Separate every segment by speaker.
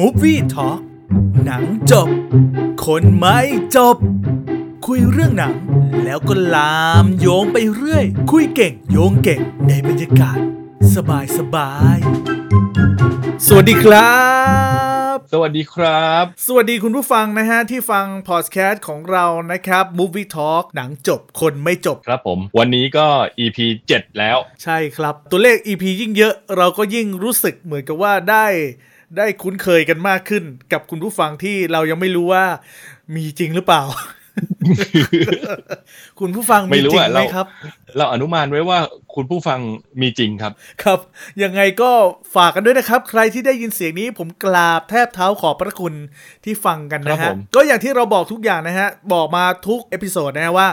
Speaker 1: Movie Talk หนังจบ คนไม่จบ คุยเรื่องหนัง แล้วก็ลามโยงไปเรื่อย คุยเก่งโยงเก่งในบรรยากาศ สบายสบายๆสวัสดีครับ
Speaker 2: สวัสดีครับ
Speaker 1: สวัสดีคุณผู้ฟังนะฮะ ที่ฟังพอดแคสต์ของเรานะครับ Movie Talk หนังจบคนไม่จบ
Speaker 2: ครับผม วันนี้ก็ EP 7 แล้ว
Speaker 1: ใช่ครับ ตัวเลข EP ยิ่งเยอะเราก็ยิ่งรู้สึกเหมือนกับว่าได้ได้คุ้นเคยกันมากขึ้น กับคุณผู้ฟังที่เรายังไม่รู้ว่ามีจริงหรือเปล่า คุณผู้ฟัง
Speaker 2: ไม่
Speaker 1: มี
Speaker 2: รู้
Speaker 1: จริง
Speaker 2: อะ
Speaker 1: ไหม
Speaker 2: เรา
Speaker 1: ครับ
Speaker 2: เราอนุมานไว้ว่าคุณผู้ฟังมีจริงครับ
Speaker 1: ครับ ยังไงก็ฝากกันด้วยนะครับ ใครที่ได้ยินเสียงนี้ผมกราบแทบเท้าขอบพระคุณที่ฟังกันนะ
Speaker 2: ครั
Speaker 1: ฮะ
Speaker 2: บผม
Speaker 1: ก็อย่างที่เราบอกทุกอย่างนะฮะ บอกมาทุกเอพิโซดนะฮะว่า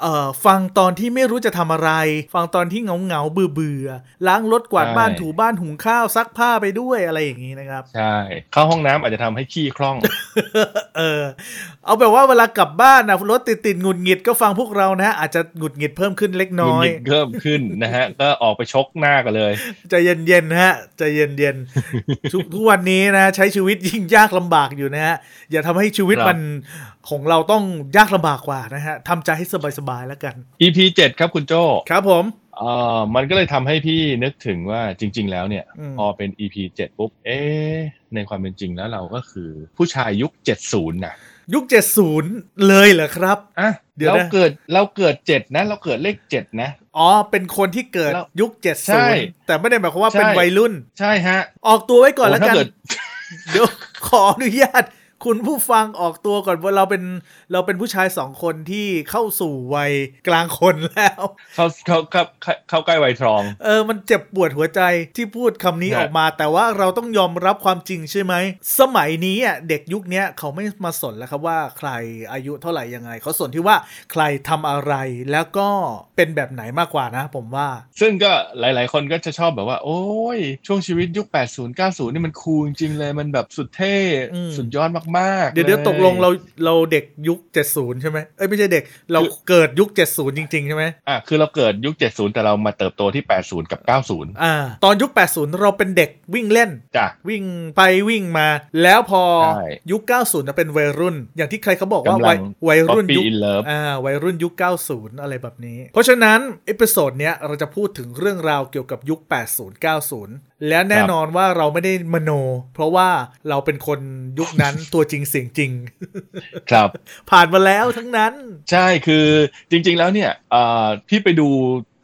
Speaker 1: เอ่อฟังตอนที่ไม่รู้จะทำอะไร ฟังตอนที่เหงาเหงาๆเบื่อเบื่อๆล้างรถกวาดบ้านถูบ้านหุงข้าวซักผ้าไปด้วยอะไรอย่างนี้นะครับ
Speaker 2: ใช่ เข้าห้องน้ำอาจจะทำให้ขี้คล่อง
Speaker 1: เออ เอาแบบว่าเวลากลับบ้านนะรถติดติดๆหงุดหงิดก็ฟังพวกเรานะฮะอาจจะหงุดหงิดเพิ่มขึ้นเล็ก
Speaker 2: หงุ
Speaker 1: น้
Speaker 2: ด
Speaker 1: อ
Speaker 2: ห
Speaker 1: ย
Speaker 2: งิดเพิ่มขึ้นนะฮะ ก็ออกไปชกหน้ากันเลย
Speaker 1: ใจเย็นๆนะฮะใจเย็น ๆ ทุกทุกวันนี้นะ ใช้ชีวิตยิ่งยากลำบากอยู่นะฮะ อย่าทำให้ชีวิต
Speaker 2: ครับ
Speaker 1: มันของเราต้องยากลำบากกว่านะฮะทำใจให้สบายๆแล้วกัน
Speaker 2: EP 7 ครับคุณโจ
Speaker 1: ครับผม
Speaker 2: เอ่อมันก็เลยทำให้พี่นึกถึงว่าจริง ๆ แล้วเนี่ย
Speaker 1: อืม
Speaker 2: พอเป็น EP 7 ปุ๊บ เอ๊ะในความเป็นจริงแล้วเราก็คือ ผู้ชายยุค 70นะ
Speaker 1: ยุค 70 เลยเหรอครับ
Speaker 2: อ่ะ
Speaker 1: เดี๋ยวนะ
Speaker 2: เราเกิดเราเกิด7นะเราเกิดเลข7นะ
Speaker 1: อ๋อ เป็นคนที่เกิด
Speaker 2: แล้ว
Speaker 1: ยุค
Speaker 2: ใช่
Speaker 1: 70 แต่ไม่ได้หมายความว่าเป็น
Speaker 2: ใช่
Speaker 1: วัยรุ่น
Speaker 2: ใช่ฮะ
Speaker 1: ออกตัวไว้ก่อนแล้วกัน
Speaker 2: โถ้าเด
Speaker 1: เดี๋ยว ขออนุญาต คุณผู้ฟังออกตัวก่อนว่าเราเป็นเราเป็นผู้ชายสองคนที่เข้าสู่วัยกลางคนแล้ว
Speaker 2: เขาเขาเข้าเข้าเข้าใกล้ไวยทอง
Speaker 1: เออ มันเจ็บปวดหัวใจที่พูดคำนี้
Speaker 2: นะ
Speaker 1: ออกมา แต่ว่าเราต้องยอมรับความจริงใช่ไหม สมัยนี้อ่ะเด็กยุคเนี้ยเขาไม่มาสนแล้วครับว่าใครอายุเท่าไหร่ยังไง เขาสนที่ว่าใครทำอะไรแล้วก็เป็นแบบไหนมากกว่านะ ผมว่า
Speaker 2: ซึ่งก็หลาย ๆ คนก็จะชอบแบบว่า โอ้ย ช่วงชีวิตยุค 80 90 นี่มันคูลจริงๆเลยมันแบบสุดเท่
Speaker 1: อืม
Speaker 2: สุดยอดมากๆ
Speaker 1: เดี๋ยว
Speaker 2: ล
Speaker 1: เดี๋ยวตกลงเราเราเด็กยุค 70 ใช่ไหมเอ้ยไม่ใช่เด็กเราเกิดยุค 70 จริง ๆ ใช่ไหม
Speaker 2: อ่ะคือเราเกิดยุค 70 แต่เรามาเติบโตที่ 80 กับ 90
Speaker 1: อ่า ตอนยุค 80 เราเป็นเด็กวิ่งเล่น
Speaker 2: จ้ะ
Speaker 1: วิ่งไปวิ่งมา แล้วพอ
Speaker 2: ใช่
Speaker 1: ยุค 90นะเป็นวัยรุ่น อย่างที่ใครเขาบอกว่าวัย
Speaker 2: กำลัง
Speaker 1: วัยรุ่นยุค
Speaker 2: Copy in love
Speaker 1: อ่าวัยรุ่นยุค 90 อะไรแบบนี้ เพราะฉะนั้น เอพิโซดเนี้ยเราจะพูดถึงเรื่องราวเกี่ยวกับยุค 80 90 และแน่นอนว่าเราไม่ได้มโน เพราะว่าเราเป็นคนยุคนั้น ตัวจริงเสียงจริง
Speaker 2: ครับ
Speaker 1: ผ่านมาแล้วทั้งนั้น
Speaker 2: ใช่ คือจริง ๆ แล้วเนี่ยเอ่อพี่ไปดู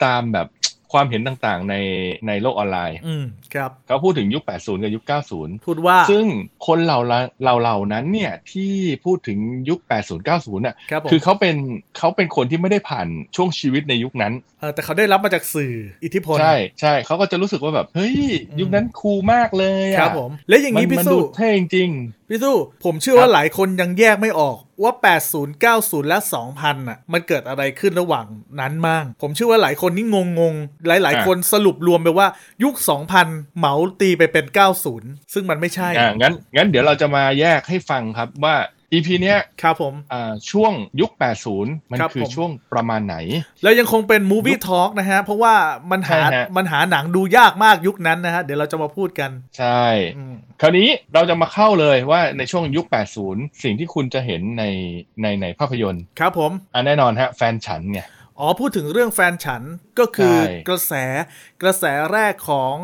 Speaker 2: ตามแบบความเห็นต่างๆ ในในโลกออนไลน์
Speaker 1: อืมครับ
Speaker 2: เขาพูดถึงยุค 80 กับยุค 90
Speaker 1: พูดว่า
Speaker 2: ซึ่งคนเหล่าละเหล่าเหล่านั้นเนี่ยที่พูดถึงยุค 80 90น่ะ
Speaker 1: ครับผม
Speaker 2: คือเขาเป็นเขาเป็นคนที่ไม่ได้ผ่านช่วงชีวิตในยุคนั้น
Speaker 1: เอ่อแต่เขาได้รับมาจากสื่ออิทธิพล
Speaker 2: ใช่ใช่เขาก็จะรู้สึกว่าแบบเฮ้ยยุคนั้นคูลมากเลยอะ
Speaker 1: ครับผม และอย่าง
Speaker 2: มั
Speaker 1: นี้พี่
Speaker 2: มัน
Speaker 1: สู้
Speaker 2: ดูเท่จริง
Speaker 1: พี่สู้ผมเชื่อ
Speaker 2: ครับ
Speaker 1: ว่าหลายคนยังแยกไม่ออกว่า 80 90 และ 2000น่ะมันเกิดอะไรขึ้นระหว่างนั้นบ้าง ผมเชื่อว่าหลายคนนี่งงงๆหลาย ๆ คนสรุปรวมไปว่ายุค 2000 เหมาตีไปเป็น 90 ซึ่งมันไม่ใช่
Speaker 2: ๆอ่างั้นงั้นเดี๋ยวเราจะมาแยกให้ฟังครับว่า EP เนี้ย
Speaker 1: ครับผม
Speaker 2: อ่าช่วงยุค 80 มัน
Speaker 1: ครับ
Speaker 2: คือ
Speaker 1: ผม
Speaker 2: ช่วงประมาณไหน
Speaker 1: แล้วยังคงเป็น Movie Talk นะฮะ เพราะว่ามันหา
Speaker 2: ใช่ฮะ
Speaker 1: มันหาหนังดูยากมากยุคนั้นนะฮะ เดี๋ยวเราจะมาพูดกัน
Speaker 2: ใช่
Speaker 1: อืม
Speaker 2: คราวนี้เราจะมาเข้าเลยว่าในช่วงยุค 80 สิ่งที่คุณจะเห็นในในในภาพยนตร์
Speaker 1: ครับผม
Speaker 2: อ่ะแน่นอนฮะแฟนฉันไง
Speaker 1: อ๋อ พูดถึงเรื่องแฟนฉันก็คื
Speaker 2: ใช่
Speaker 1: อกระแสกระแสแรกของ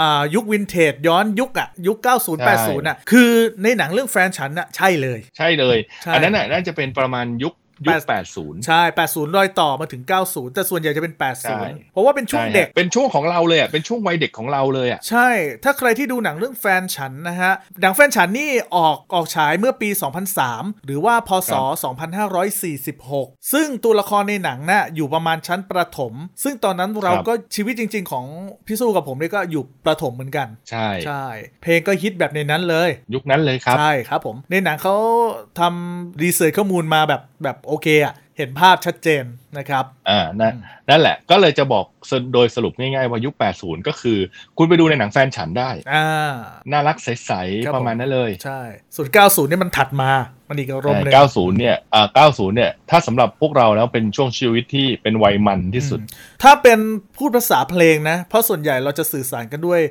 Speaker 1: อายุควินเทจย้อนยุคอะยุค 90 80น่ะคือในหนังเรื่องแฟนฉันน่ะใช่เลย
Speaker 2: ใช่เลย
Speaker 1: ใช่
Speaker 2: อันนั้นน่ะน่าจะเป็นประมาณยุคยุค
Speaker 1: แปด
Speaker 2: 80
Speaker 1: ใช่ 80 รอยต่อมาถึง 90 แต่ส่วนใหญ่จะเป็น
Speaker 2: ใช่
Speaker 1: 80 เพราะว่าเป็นช่วง
Speaker 2: ใฮะ
Speaker 1: เด็ก
Speaker 2: เป็นช่วงของเราเลยอ่ะ เป็นช่วงวัยเด็กของเราเลยอ่ะ
Speaker 1: ใช่ ถ้าใครที่ดูหนังเรื่องแฟนฉันนะฮะ หนังแฟนฉันนี่ออกออกฉายเมื่อปี 2003 หรือว่าพศ
Speaker 2: ค
Speaker 1: 2546 ซึ่งตัวละครในหนังน่ะอยู่ประมาณชั้นประถม ซึ่งตอนนั้นเรา
Speaker 2: ครับ
Speaker 1: ก็ชีวิตจริง ๆ ของพี่สู้กับผมนี่ก็อยู่ประถมเหมือนกัน
Speaker 2: ใช่
Speaker 1: ใช่ เพลงก็ฮิตแบบในนั้นเลย
Speaker 2: ยุคนั้นเลยครับ
Speaker 1: ใช่ครับผม ในหนังเขาทำรีเสิร์ชข้อมูลมาแบบแบบโอเคอะเห็นภาพชัดเจนนะครับ
Speaker 2: อ่านั่นนั่นแหละ ก็เลยจะบอกสรุปโดยสรุปง่ายๆ ว่ายุค 80 ก็คือ คุณไปดูในหนังแฟนฉันได้
Speaker 1: อ่า
Speaker 2: น่ารักใส
Speaker 1: ครับ
Speaker 2: ๆ ประมาณนั้นเลย
Speaker 1: ใช่ส่วน90เนี่ยมันถัดมา มันอีกอารมณ์หนึ่ง
Speaker 2: เออ90 เนี่ยอ่า90 เนี่ย ถ้าสำหรับพวกเราแล้วเป็นช่วงชีวิตที่เป็นวัยมันที่สุด
Speaker 1: ถ้าเป็นพูดภาษาเพลงนะ เพราะส่วนใหญ่เราจะสื่อสารกันด้วย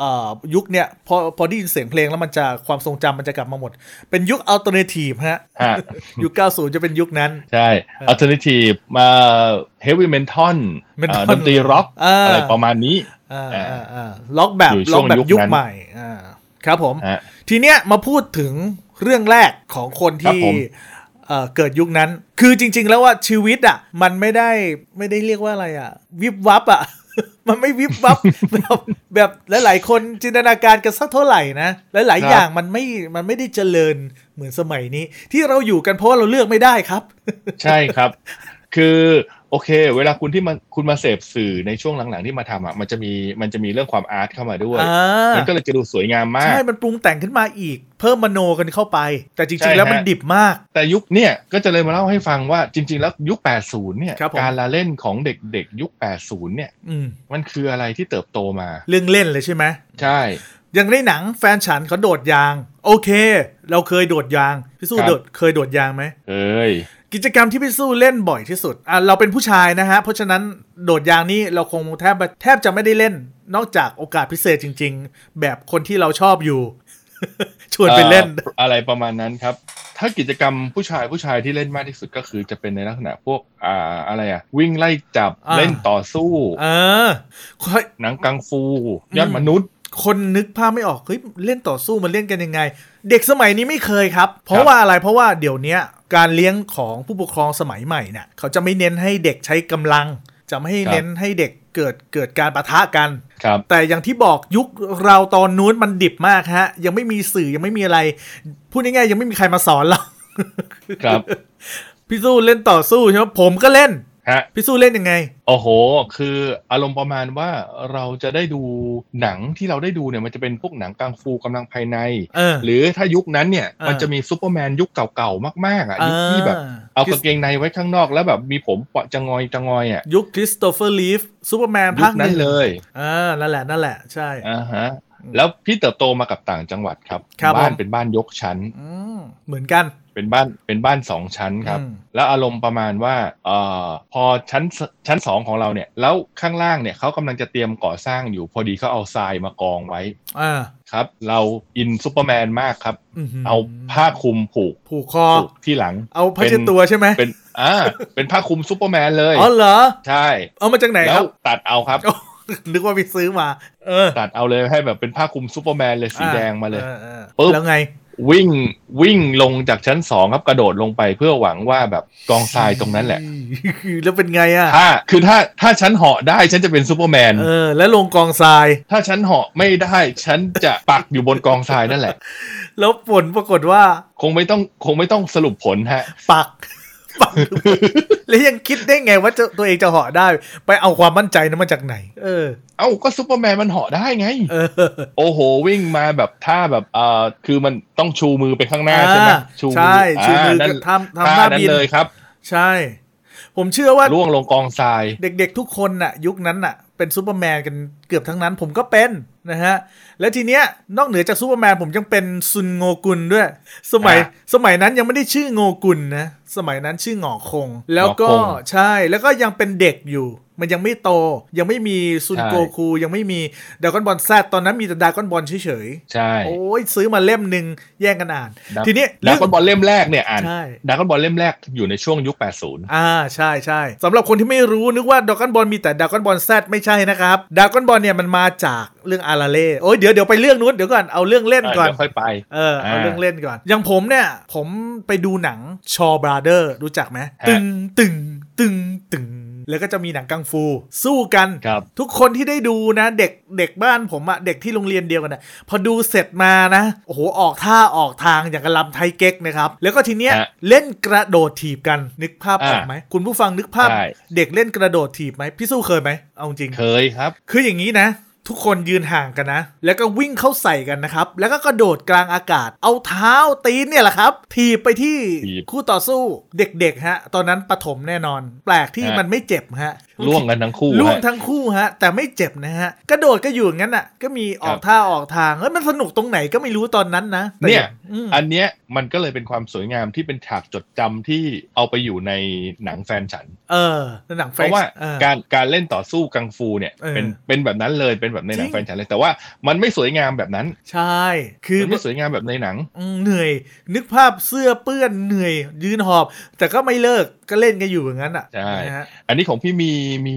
Speaker 1: เอ่อยุคเนี่ยพอพอได้ยินเสียงเพลงแล้วมันจะความทรงจำมันจะกลับมาหมด เป็นยุคอัลเทอร์เนทีฟ ฮะ
Speaker 2: ฮะ
Speaker 1: ยุค 90 จะเป็นยุคนั้น
Speaker 2: ใช่ alternative มาเฮฟวี่เมทัล
Speaker 1: Metal
Speaker 2: ดนตรีร็อก
Speaker 1: อ่า
Speaker 2: อะไรประมาณนี้
Speaker 1: อ่า
Speaker 2: อ่า
Speaker 1: อ่าอ่าล็อกแบบ
Speaker 2: อยู่ช่
Speaker 1: ล็อ
Speaker 2: ว
Speaker 1: ก
Speaker 2: ง
Speaker 1: แบบยุ
Speaker 2: ยุ
Speaker 1: ค
Speaker 2: คนั้น
Speaker 1: ใหม่อ่าครับผม
Speaker 2: ฮะ
Speaker 1: ทีเนี้ยมาพูดถึงเรื่องแรกของคนที่
Speaker 2: ครับผม
Speaker 1: เอ่อเกิดยุคนั้น คือจริง ๆ แล้วว่าชีวิตอ่ะ มันไม่ได้ไม่ได้เรียกว่าอะไรอ่ะ วิบวับอ่ะ มันไม่วิบวับ แบบแบบหลายๆคนจินตนาการกันสักเท่าไหร่นะ หลายๆอย่างมันไม่มันไม่ได้เจริญเหมือนสมัยนี้ ที่เราอยู่กันเพราะว่าเราเลือกไม่ได้ครับ
Speaker 2: ใช่ครับ คือโอเค เวลาคุณที่มาคุณมาเสพสื่อในช่วงหลังๆที่มาทำอ่ะมันจะมีมันจะมีเรื่องความอาร์ตเข้ามาด้วย
Speaker 1: อ่า
Speaker 2: มันก็เลยจะดูสวยงามมาก
Speaker 1: ใช่ มันปรุงแต่งขึ้นมาอีก เพิ่มมโนกันเข้าไป แต่จ
Speaker 2: ใช่
Speaker 1: ริง ๆ แล้วมัน
Speaker 2: ฮะ
Speaker 1: ดิบมาก
Speaker 2: แต่ยุคเนี่ยก็จะเลยมาเล่าให้ฟังว่าจริง ๆ แล้วยุค 80 เนี่ย
Speaker 1: ครับผม
Speaker 2: การละเล่นของเด็กๆ ยุค 80 เนี่ย
Speaker 1: อืม
Speaker 2: มันคืออะไรที่เติบโตมา
Speaker 1: เรื่องเล่นเลยใช่ไหม
Speaker 2: ใช่
Speaker 1: อย่างในหนังแฟนฉันเขาโดดยาง โอเค เราเคยโดดยางพี่สู้
Speaker 2: ครับ
Speaker 1: โดดเคยโดดยางไหม
Speaker 2: เอ้ย
Speaker 1: กิจกรรมที่พี่สู้เล่นบ่อยที่สุดอ่ะเราเป็นผู้ชายนะฮะเพราะฉะนั้นโดดยางนี่เราคงแทบแทบจะไม่ได้เล่น นอกจากโอกาสพิเศษจริง ๆ แบบคนที่เราชอบอยู่ ชวนไปเล่น
Speaker 2: เอ่ออะไรประมาณนั้นครับ ถ้ากิจกรรมผู้ชายผู้ชายที่เล่นมากที่สุดก็คือจะเป็นในลักษณะพวกอ่าอะไรอะวิ่งไล่จับ
Speaker 1: อ่า
Speaker 2: เล่นต่อสู้
Speaker 1: เออค่อย
Speaker 2: หนังกังฟู
Speaker 1: อืม
Speaker 2: ยอดมนุษย์
Speaker 1: คนนึกภาพไม่ออกเฮ้ยเล่นต่อสู้มันเล่นกันยังไง เด็กสมัยนี้ไม่เคยครับ เพราะว่าอะไรเพราะว่าเดี๋ยวเนี้ยการเลี้ยงของผู้ปกครองสมัยใหม่เนี่ยเขาจะไม่เน้นให้เด็กใช้กำลัง จะไม่ให้
Speaker 2: ครับ
Speaker 1: เน้นให้เด็กเกิดเกิดการปะทะกัน
Speaker 2: ครับ
Speaker 1: แต่อย่างที่บอกยุคเราตอนนู้นมันดิบมากฮะ ยังไม่มีสื่อยังไม่มีอะไร พูดง่ายๆยังไม่มีใครมาสอนเรา
Speaker 2: ครับ
Speaker 1: พี่สู้เล่นต่อสู้ใช่ไหมผมก็เล่น
Speaker 2: ฮะ
Speaker 1: พี่สู้เล่นยังไง
Speaker 2: โอ้โห คืออารมณ์ประมาณว่าเราจะได้ดูหนังที่เราได้ดูเนี่ยมันจะเป็นพวกหนังกังฟูกำลังภายใน
Speaker 1: เออ
Speaker 2: หรือถ้ายุคนั้นเนี่ย
Speaker 1: อ่ามั
Speaker 2: มันจะมีซูเปอร์แมนยุคเก่าๆมากๆอ่ะยุคที่แบบ
Speaker 1: อ่
Speaker 2: เอากางเกงในไว้ข้างนอกแล้วแบบมีผมปะจะงอยจะงอยอ่ะ
Speaker 1: ยุคคริสโตเฟอร์ลีฟซูเปอร์แมน
Speaker 2: ยุ
Speaker 1: ภา
Speaker 2: ค
Speaker 1: ค
Speaker 2: นั้น
Speaker 1: หง
Speaker 2: เลย
Speaker 1: อ่านั่นแหละนั่นแหละใช่
Speaker 2: อ่าฮะแล้วพี่เติบโตมากับต่างจังหวัดครับ
Speaker 1: ครับ
Speaker 2: บ้า
Speaker 1: ผ
Speaker 2: น
Speaker 1: ม
Speaker 2: เป็นบ้านยกชั้น
Speaker 1: อืมเหมือนกัน
Speaker 2: เป็นบ้านเป็นบ้านสองชั้นครับ
Speaker 1: อืม
Speaker 2: แล้วอารมณ์ประมาณว่าเอ่อพอชั้นชั้นสองของเราเนี่ยแล้วข้างล่างเนี่ยเขากำลังจะเตรียมก่อสร้างอยู่ พอดีเขาเอาทรายมากองไว้
Speaker 1: อ่า
Speaker 2: ครับ เราอินซูเปอร์แมนมากครับ
Speaker 1: หื
Speaker 2: เอาผ้าคลุมผูก
Speaker 1: ผูกคอ
Speaker 2: ผูกที่หลัง
Speaker 1: เอาผ้าเช็ดตัวใช่ไหม
Speaker 2: เป็นอ่าเป็นผ้าคลุมซูเปอร์แมนเลย
Speaker 1: อ๋อเหรอ
Speaker 2: ใช่
Speaker 1: เอามาจากไหน
Speaker 2: แล้
Speaker 1: ครั
Speaker 2: ว
Speaker 1: บ
Speaker 2: ตัดเอาครับ
Speaker 1: นึกว่าไปซื้อมา เออ
Speaker 2: ตัดเอาเลยให้แบบเป็นผ้าคลุมซูเปอร์แมนเลยสีแดงมาเลย
Speaker 1: ออออ
Speaker 2: ปึ๊บ
Speaker 1: แล้วไง
Speaker 2: วิ่งวิ่งลงจากชั้นสองครับกระโดดลงไปเพื่อหวังว่าแบบกองทรายตรงนั้นแหละ
Speaker 1: แล้วเป็นไงอ่ะ
Speaker 2: ถ้าคือถ้าถ้าฉันเหาะได้ฉันจะเป็นซูเปอร์แมน
Speaker 1: เออ แล้วลงกองทราย
Speaker 2: ถ้าฉันเหาะไม่ได้ ฉันจะปักอยู่บนกองทรายนั่นแหละ
Speaker 1: แล้วผลปรากฏว่า
Speaker 2: คงไม่ต้องคงไม่ต้องสรุปผลฮะ
Speaker 1: ปัก ปัก แล้วยังคิดได้ไงว่าจะตัวเองจะเหาะได้ ไปเอาความมั่นใจนั้นมาจากไหน เออ
Speaker 2: เอ้าก็ซูเปอร์แมนมันเหาะได้ไง
Speaker 1: เออ
Speaker 2: โอ้โห วิ่งมาแบบท่าแบบเอ่อคือมันต้องชูมือไปข้างหน้าใช่ไหม
Speaker 1: อ่า
Speaker 2: ชู
Speaker 1: ใช่ชูมือก็
Speaker 2: านั่น
Speaker 1: ทำทำท่า
Speaker 2: นั้น
Speaker 1: บิน
Speaker 2: เลยครับ
Speaker 1: ใช่ ผมเชื่อว่า
Speaker 2: ล่วงลงกองทราย
Speaker 1: เด็กๆ ทุกคนน่ะยุคนั้นน่ะเป็นซูเปอร์แมนกันเกือบทั้งนั้นผมก็เป็นนะฮะ และทีเนี้ยนอกเหนือจากซูเปอร์แมนผมยังเป็นซุนโงกุลด้วย สมัย
Speaker 2: อ่ะ
Speaker 1: สมัยนั้นยังไม่ได้ชื่อโงกุลนะ สมัยนั้นชื่อหงอคง แล้วก็
Speaker 2: หงอคง
Speaker 1: ใช่แล้วก็ยังเป็นเด็กอยู่ มันยังไม่โต ยังไม่มีซุน
Speaker 2: ใช่
Speaker 1: โกคูยังไม่มีดากอนบอลแซดตอนนั้นมีแต่ดากอนบอลเฉย
Speaker 2: ใช่
Speaker 1: ๆโอ้ยซื้อมาเล่มหนึ่งแย่งกันอ่าน
Speaker 2: ดัก
Speaker 1: ทีเนี้ย
Speaker 2: ดั
Speaker 1: เรื่อ
Speaker 2: ก
Speaker 1: ง
Speaker 2: กอนบอลเล่มแรกเนี่ยอ่าน
Speaker 1: ใช่
Speaker 2: ดักกอนบอลเล่มแรกอยู่ในช่วงยุค 80
Speaker 1: อ่าใช่ใช่สำหรับคนที่ไม่รู้นึกว่าดากอนบอลมีแต่ดากอนบอลแซดไม่ใช่นะครับดากอนบอลเนี่ยมันมาจากเรื่องอาราเล่โอ้ยเดี๋ยวเดี๋ยวไปเรื่องนู้นเดี๋ยวก่อนเอาเรื่องเล่นก่อน
Speaker 2: เดี๋ยวค่อยไป
Speaker 1: เออเอา
Speaker 2: อ่า
Speaker 1: เรื่องเล่นก่อน อย่างผมเนี่ย ผมไปดูหนังชอบราเดอร์รู้จักไหม
Speaker 2: ฮะ
Speaker 1: ตึงตึงตึงตึง แล้วก็จะมีหนังกังฟู สู้กัน
Speaker 2: ครับ
Speaker 1: ทุกคนที่ได้ดูนะ เด็กเด็กบ้านผมอะเด็กที่โรงเรียนเดียวกันอะพอดูเสร็จมานะโอ้โหออกท่าออกทางอย่างกระลำไทยเก๊กนะครับ แล้วก็ทีเนี้ย
Speaker 2: ฮะ
Speaker 1: เล่นกระโดดถีบกันนึกภาพออก
Speaker 2: อ่า
Speaker 1: ไหมคุณผู้ฟังนึกภาพ
Speaker 2: ได้
Speaker 1: เด็กเล่นกระโดดถีบไหมพี่สู้เคยไหมเอาจริง
Speaker 2: เคยครับ
Speaker 1: คืออย่างนี้นะ ทุกคนยืนห่างกันนะ แล้วก็วิ่งเข้าใส่กันนะครับ แล้วก็กระโดดกลางอากาศ เอาเท้าตีนเนี่ยแหละครับ ถีบไปที่
Speaker 2: ถีบ
Speaker 1: คู่ต่อสู้เด็กๆฮะ ตอนนั้นปฐมแน่นอน แปลกที่
Speaker 2: ฮะ
Speaker 1: มันไม่เจ็บฮะ
Speaker 2: ล่วงกันทั้งคู่
Speaker 1: ล่วง
Speaker 2: ฮะ
Speaker 1: ทั้งคู่ฮะ แต่ไม่เจ็บนะฮะ กระโดดก็อยู่อย่างนั้นอ่ะ ก็มีออก
Speaker 2: ครับ
Speaker 1: ท่าออกทางเอ้ยมันสนุกตรงไหนก็ไม่รู้ตอนนั้นนะแต่
Speaker 2: เนี่ย
Speaker 1: อืม
Speaker 2: อันเนี้ยมันก็เลยเป็นความสวยงามที่เป็นฉากจดจำที่เอาไปอยู่ในหนังแฟนฉัน
Speaker 1: เออในหนัง
Speaker 2: เพราะว่า
Speaker 1: เออ
Speaker 2: การการเล่นต่อสู้กังฟูเนี่ย
Speaker 1: เออ
Speaker 2: เป็นเป็นแบบนั้นเลยเป็นแบบในหนั
Speaker 1: จริ
Speaker 2: ง
Speaker 1: ง
Speaker 2: แฟนฉันเลยแต่ว่ามันไม่สวยงามแบบนั้น
Speaker 1: ใช่คือ
Speaker 2: มันไม่สวยงามแบบในหนัง
Speaker 1: อืมเหนื่อย นึกภาพเสื้อเปื้อนเหนื่อย ยืนหอบ แต่ก็ไม่เลิกก็เล่นกันอยู่อย่างนั้นอ่ะ
Speaker 2: ใช่
Speaker 1: นะฮะ
Speaker 2: อันนี้ของพี่มีมี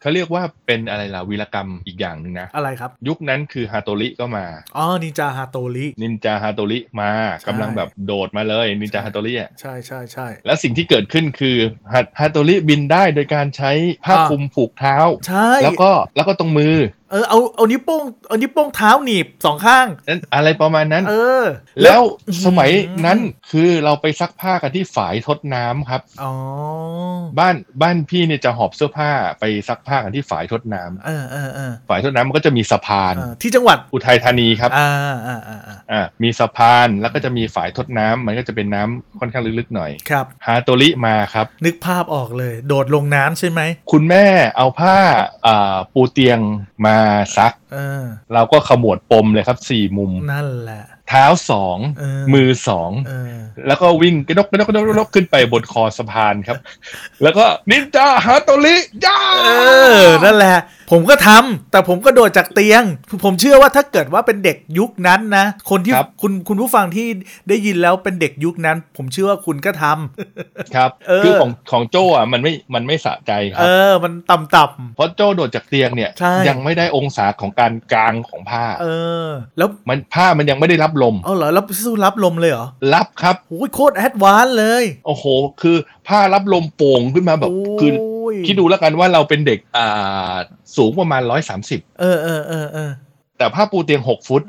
Speaker 2: เขาเรียกว่าเป็นอะไรล่ะวีรกรรมอีกอย่างหนึ่งนะ
Speaker 1: อะไรครับ
Speaker 2: ยุคนั้นคือฮาโตริก็มา
Speaker 1: อ๋อนินจาฮาโตริ
Speaker 2: นินจาฮาโตริมา
Speaker 1: ใช่
Speaker 2: กำลังแบบโดดมาเลย นินจาฮาโตริอ่ะ
Speaker 1: ใช่ใช่ใช่
Speaker 2: แล้วสิ่งที่เกิดขึ้นคือฮาฮาโตริบินได้โดยการใช้ผ้าคลุมผูกเท้า
Speaker 1: ใช่
Speaker 2: แล้วก็แล้วก็ตรงมือ
Speaker 1: เออเอาเอานิ้วโป้งเอานิ้วโป้งเท้าหนีบสองข้าง
Speaker 2: นั่นอะไรประมาณนั้น
Speaker 1: เออ
Speaker 2: แล้วสมัยนั้นคือเราไปซักผ้ากันที่ฝายทดน้ำครับ
Speaker 1: อ๋อ
Speaker 2: บ้านบ้านพี่เนี่ยจะหอบเสื้อผ้าไปซักผ้ากันที่ฝายทดน้ำ
Speaker 1: เออเออเออ
Speaker 2: ฝายทดน้ำมันก็จะมีสะพาน
Speaker 1: เออที่จังหวัด
Speaker 2: อุทัยธานีครับ
Speaker 1: อ่าอ่าอ่าอ่า
Speaker 2: อ่ามีสะพานแล้วก็จะมีฝายทดน้ำมันก็จะเป็นน้ำค่อนข้างลึกๆหน่อย
Speaker 1: ครับ
Speaker 2: ฮาโตริมาครับ
Speaker 1: นึกภาพออกเลย โดดลงน้ำใช่ไหม
Speaker 2: คุณแม่เอาผ้าอ่าปูเตียงมาซัก
Speaker 1: เออ
Speaker 2: เราก็ขมวดปมเลยครับสี่มุม
Speaker 1: นั่นแหละ
Speaker 2: เท้าสอง
Speaker 1: เออ
Speaker 2: มือสอง
Speaker 1: เออ
Speaker 2: แล้วก็วิ่งกระดกกระดกกระดกกระดกขึ้นไปบนคอสะพานครับ แล้วก็นินจาฮาโตริย่า
Speaker 1: เออ นั่นแหละ ผมก็ทำ แต่ผมก็โดดจากเตียง ผมเชื่อว่าถ้าเกิดว่าเป็นเด็กยุคนั้นนะ คนที่
Speaker 2: ครับ
Speaker 1: คุณคุณผู้ฟังที่ได้ยินแล้วเป็นเด็กยุคนั้น ผมเชื่อว่าคุณก็ทำ
Speaker 2: ครับ
Speaker 1: เออ
Speaker 2: คือของของโจอ่ะมันไม่มันไม่สะใจค
Speaker 1: เอ
Speaker 2: รับ
Speaker 1: อ มันต่ำต่
Speaker 2: เพราะโจโดดจากเตียงเนี่ย
Speaker 1: ใช่
Speaker 2: ยังไม่ได้องศาของการกางของผ้า
Speaker 1: ำเออ แล้ว
Speaker 2: มันผ้ามันยังไม่ได้รับลม
Speaker 1: เอาเหรอแล้วสู้รับลมเลยเหรอ
Speaker 2: รับครับ
Speaker 1: โอ้ยโคตรแอดวานซ์เลย
Speaker 2: โอ้โห คือผ้ารับลมโป่งขึ้นมาแบบคือ
Speaker 1: โย
Speaker 2: คิดดูแล้วกันว่าเราเป็นเด็กอ่าสูงประมาณร้อยสามสิบ
Speaker 1: เออเออเออเออ
Speaker 2: แต่ผ้าปูเตียงหกฟุต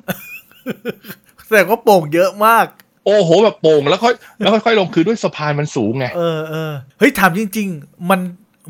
Speaker 1: แสดงว่าโป่งเยอะมาก
Speaker 2: โอ้โหแบบโป่งแล้วค่อยแล้วค่อยๆลงคือด้วยสะพานมันสูงไง
Speaker 1: เออเออเฮ้ยถามจริง ๆ มัน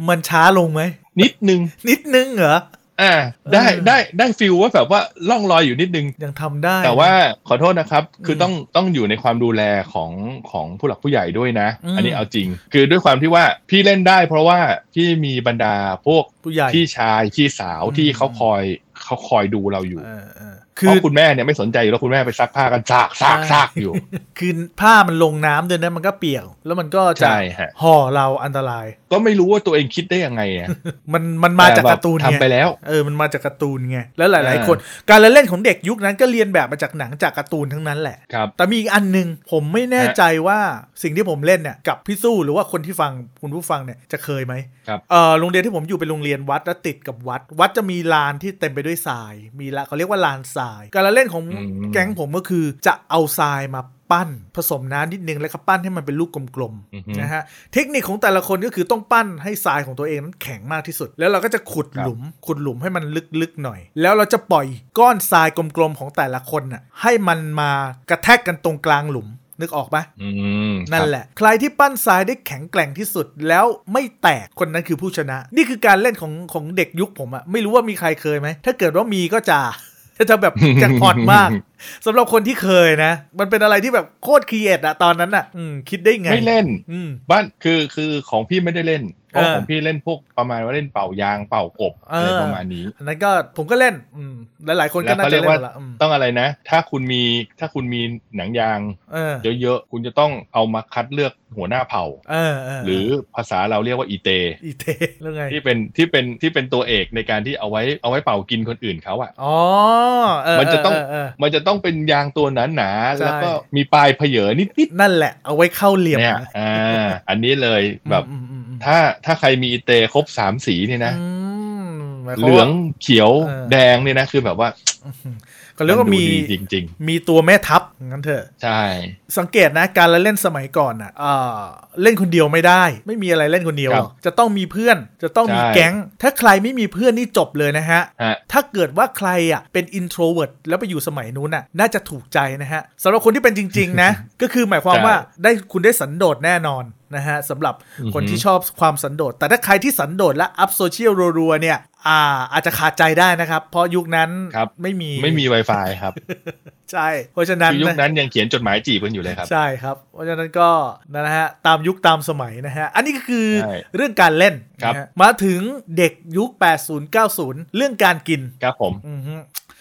Speaker 1: มันช้าลงไหม
Speaker 2: นิดนึง
Speaker 1: นิดนึงเหรอ
Speaker 2: อ่าได้
Speaker 1: เออ
Speaker 2: ได้ได้ฟิลว่าแบบว่าล่องลอยอยู่นิดนึง
Speaker 1: ยังทำได้นะ
Speaker 2: แต่ว่าขอโทษนะครับ คือ
Speaker 1: ม
Speaker 2: ต้องต้องอยู่ในความดูแลของของผู้หลักผู้ใหญ่ด้วยนะ
Speaker 1: อืม
Speaker 2: อันนี้เอาจริง คือด้วยความที่ว่าพี่เล่นได้ เพราะว่าพี่มีบรรดาพวก
Speaker 1: ผู้ใหญ่
Speaker 2: พี่ชายพี่สาว
Speaker 1: อืม
Speaker 2: ที่เขาคอยเขาคอยดูเราอยู่
Speaker 1: เออเออคือ
Speaker 2: เพราะคุณแม่เนี่ยไม่สนใจอยู่แล้วคุณแม่ไปซักผ้ากันซากซากซากอยู่
Speaker 1: คือผ้ามันลงน้ำด้วยนะมันก็เปียก แล้วมันก็จะ
Speaker 2: ใช่ฮะ
Speaker 1: ห่อเราอันตราย
Speaker 2: ก็ไม่รู้ว่าตัวเองคิดได้ยังไงอะ
Speaker 1: มันมันมาจากการ์ตูน
Speaker 2: แต่
Speaker 1: ไง
Speaker 2: แบบทำไปแล้ว
Speaker 1: เออมันมาจากการ์ตูนไงแล้วหลาย
Speaker 2: อ่า
Speaker 1: ๆ คน การละเล่นของเด็กยุคนั้นก็เรียนแบบมาจากหนังจากการ์ตูนทั้งนั้นแหละ
Speaker 2: ครับ
Speaker 1: แต่มีอีกอันหนึ่งผมไม่แน่ใจว่าสิ่งที่ผมเล่นเนี่ยกับพี่สู้หรือว่าคนที่ฟังคุณผู้ฟังเนี่ยจะเคยไหม
Speaker 2: ครับ
Speaker 1: เออโรงเรียนที่ผมอยู่เป็นโรงเรียนวัดและติดกับวัด วัดจะมีลานที่เต็มไปด้วยทราย มีละเขาเรียกว่าลานทราย การละเล่นของ
Speaker 2: อืม
Speaker 1: แก๊งผมก็คือจะเอาทรายมาปั้น ผสมน้ำนิดนึงแล้วก็ปั้นให้มันเป็นลูกกลม
Speaker 2: อือฮึ
Speaker 1: ๆนะฮะเทคนิคของแต่ละคนก็คือต้องปั้นให้ทรายของตัวเองนั้นแข็งมากที่สุด แล้วเราก็จะขุด
Speaker 2: ครับ
Speaker 1: หลุม ขุดหลุมให้มันลึกๆหน่อย แล้วเราจะปล่อยก้อนทรายกลมๆของแต่ละคนน่ะให้มันมากระแทกกันตรงกลางหลุมนึกออกปะ
Speaker 2: อืมครับ
Speaker 1: นั่นแหละ ใครที่ปั้นทรายได้แข็งแกร่งที่สุดแล้วไม่แตกคนนั้นคือผู้ชนะ นี่คือการเล่นของของเด็กยุคผมอะไม่รู้ว่ามีใครเคยไหมถ้าเกิดว่ามีก็จะ จะแบบแจ็คพอตมาก สำหรับคนที่เคยนะ มันเป็นอะไรที่แบบโคตรครีเอทอะตอนนั้นอะอืม คิดได้ไง
Speaker 2: ไม่เล่น
Speaker 1: อืม
Speaker 2: บ้านคือคือของพี่ไม่ได้เล่นเพราะ
Speaker 1: เออ
Speaker 2: ของพี่เล่นพวกประมาณว่าเล่นเป่ายางเป่ากบ
Speaker 1: เอออ
Speaker 2: อะไรประมาณนี้
Speaker 1: อันนั้นก็ผมก็เล่น อืม หลายๆ คน
Speaker 2: แล้
Speaker 1: ก็
Speaker 2: ว
Speaker 1: น่าจะ
Speaker 2: เขาเรีย
Speaker 1: เล่
Speaker 2: ก
Speaker 1: นหม
Speaker 2: ว่า
Speaker 1: ดละอืม
Speaker 2: ต้องอะไรนะ ถ้าคุณมีถ้าคุณมีหนังยาง
Speaker 1: เออ
Speaker 2: เยอะๆ คุณจะต้องเอามาคัดเลือกหัวหน้าเผ่า
Speaker 1: เออเออ
Speaker 2: หรือภาษาเราเรียกว่าอีเต
Speaker 1: อีเทแล้วไง
Speaker 2: ที่เป็นที่เป็นที่เป็นตัวเอกในการที่เอาไว้เอาไว้เป่ากินคนอื่นเขาอะ
Speaker 1: อ๋อเออ
Speaker 2: มันจะต้อง
Speaker 1: เเเ
Speaker 2: มันจะต้องเป็นยางตัวหนาๆ
Speaker 1: ใช่
Speaker 2: แล้วก็มีปลายเผยนิด
Speaker 1: อ
Speaker 2: ๆ
Speaker 1: นั่นแหละ เอาไว้เข้าเหลี่ยม
Speaker 2: เนี่ย
Speaker 1: นะ
Speaker 2: อ่าอันนี้เลยแบบ
Speaker 1: อืมอืมอืม
Speaker 2: ถ้าถ้าใครมีอีเตครบสามสีเนี่ยนะ
Speaker 1: อืมมายความ
Speaker 2: เหลือง
Speaker 1: ว่า
Speaker 2: เขียว
Speaker 1: เออ
Speaker 2: แดงเนี่ยนะคือแบบว่า
Speaker 1: ก็เรียกว่ามี
Speaker 2: นดูดีจริง
Speaker 1: มีตัวแม่ทัพงั้นเถอะ
Speaker 2: ๆ ใช่
Speaker 1: สังเกตนะการละเล่นสมัยก่อนอ่ะเอ่อเล่นคนเดียวไม่ได้ ไม่มีอะไรเล่นคนเดียวหรอกจะต้องมีเพื่อน จะต้องมีแก๊ง ถ้าใครไม่มีเพื่อนนี่จบเลยนะฮะ
Speaker 2: ฮะ
Speaker 1: ถ้าเกิดว่าใครอ่ะเป็น introvert แล้วไปอยู่สมัยนู้นน่ะ น่าจะถูกใจนะฮะสำหรับคนที่เป็นจริง ๆ นะ ก็คือหมายความว่าได้คุณได้สันโดษแน่นอน นะฮะสำหรับ
Speaker 2: อือหือ
Speaker 1: คนที่ชอบความสันโดษแต่ถ้าใครที่สันโดษและอัพโซเชียลรัวๆเนี่ยอ่าอาจจะขาดใจได้นะครับ เพราะยุคนั้น
Speaker 2: ครับ
Speaker 1: ไม่มี
Speaker 2: ไม่มี Wi-Fi ครับ
Speaker 1: ใช่เพราะฉะนั้น
Speaker 2: คือยุค
Speaker 1: นะ
Speaker 2: นั้นยังเขียนจดหมายจีบกันอยู่เลยครับ
Speaker 1: ใช่ครับ เพราะฉะนั้นก็นะฮะตามยุคตามสมัยนะฮะ อันนี้ก็คือ
Speaker 2: ใช่
Speaker 1: เรื่องการเล่น
Speaker 2: ครับ
Speaker 1: นะฮะมาถึงเด็กยุค 80 90 เรื่องการกิน
Speaker 2: ครับผม
Speaker 1: อือฮึ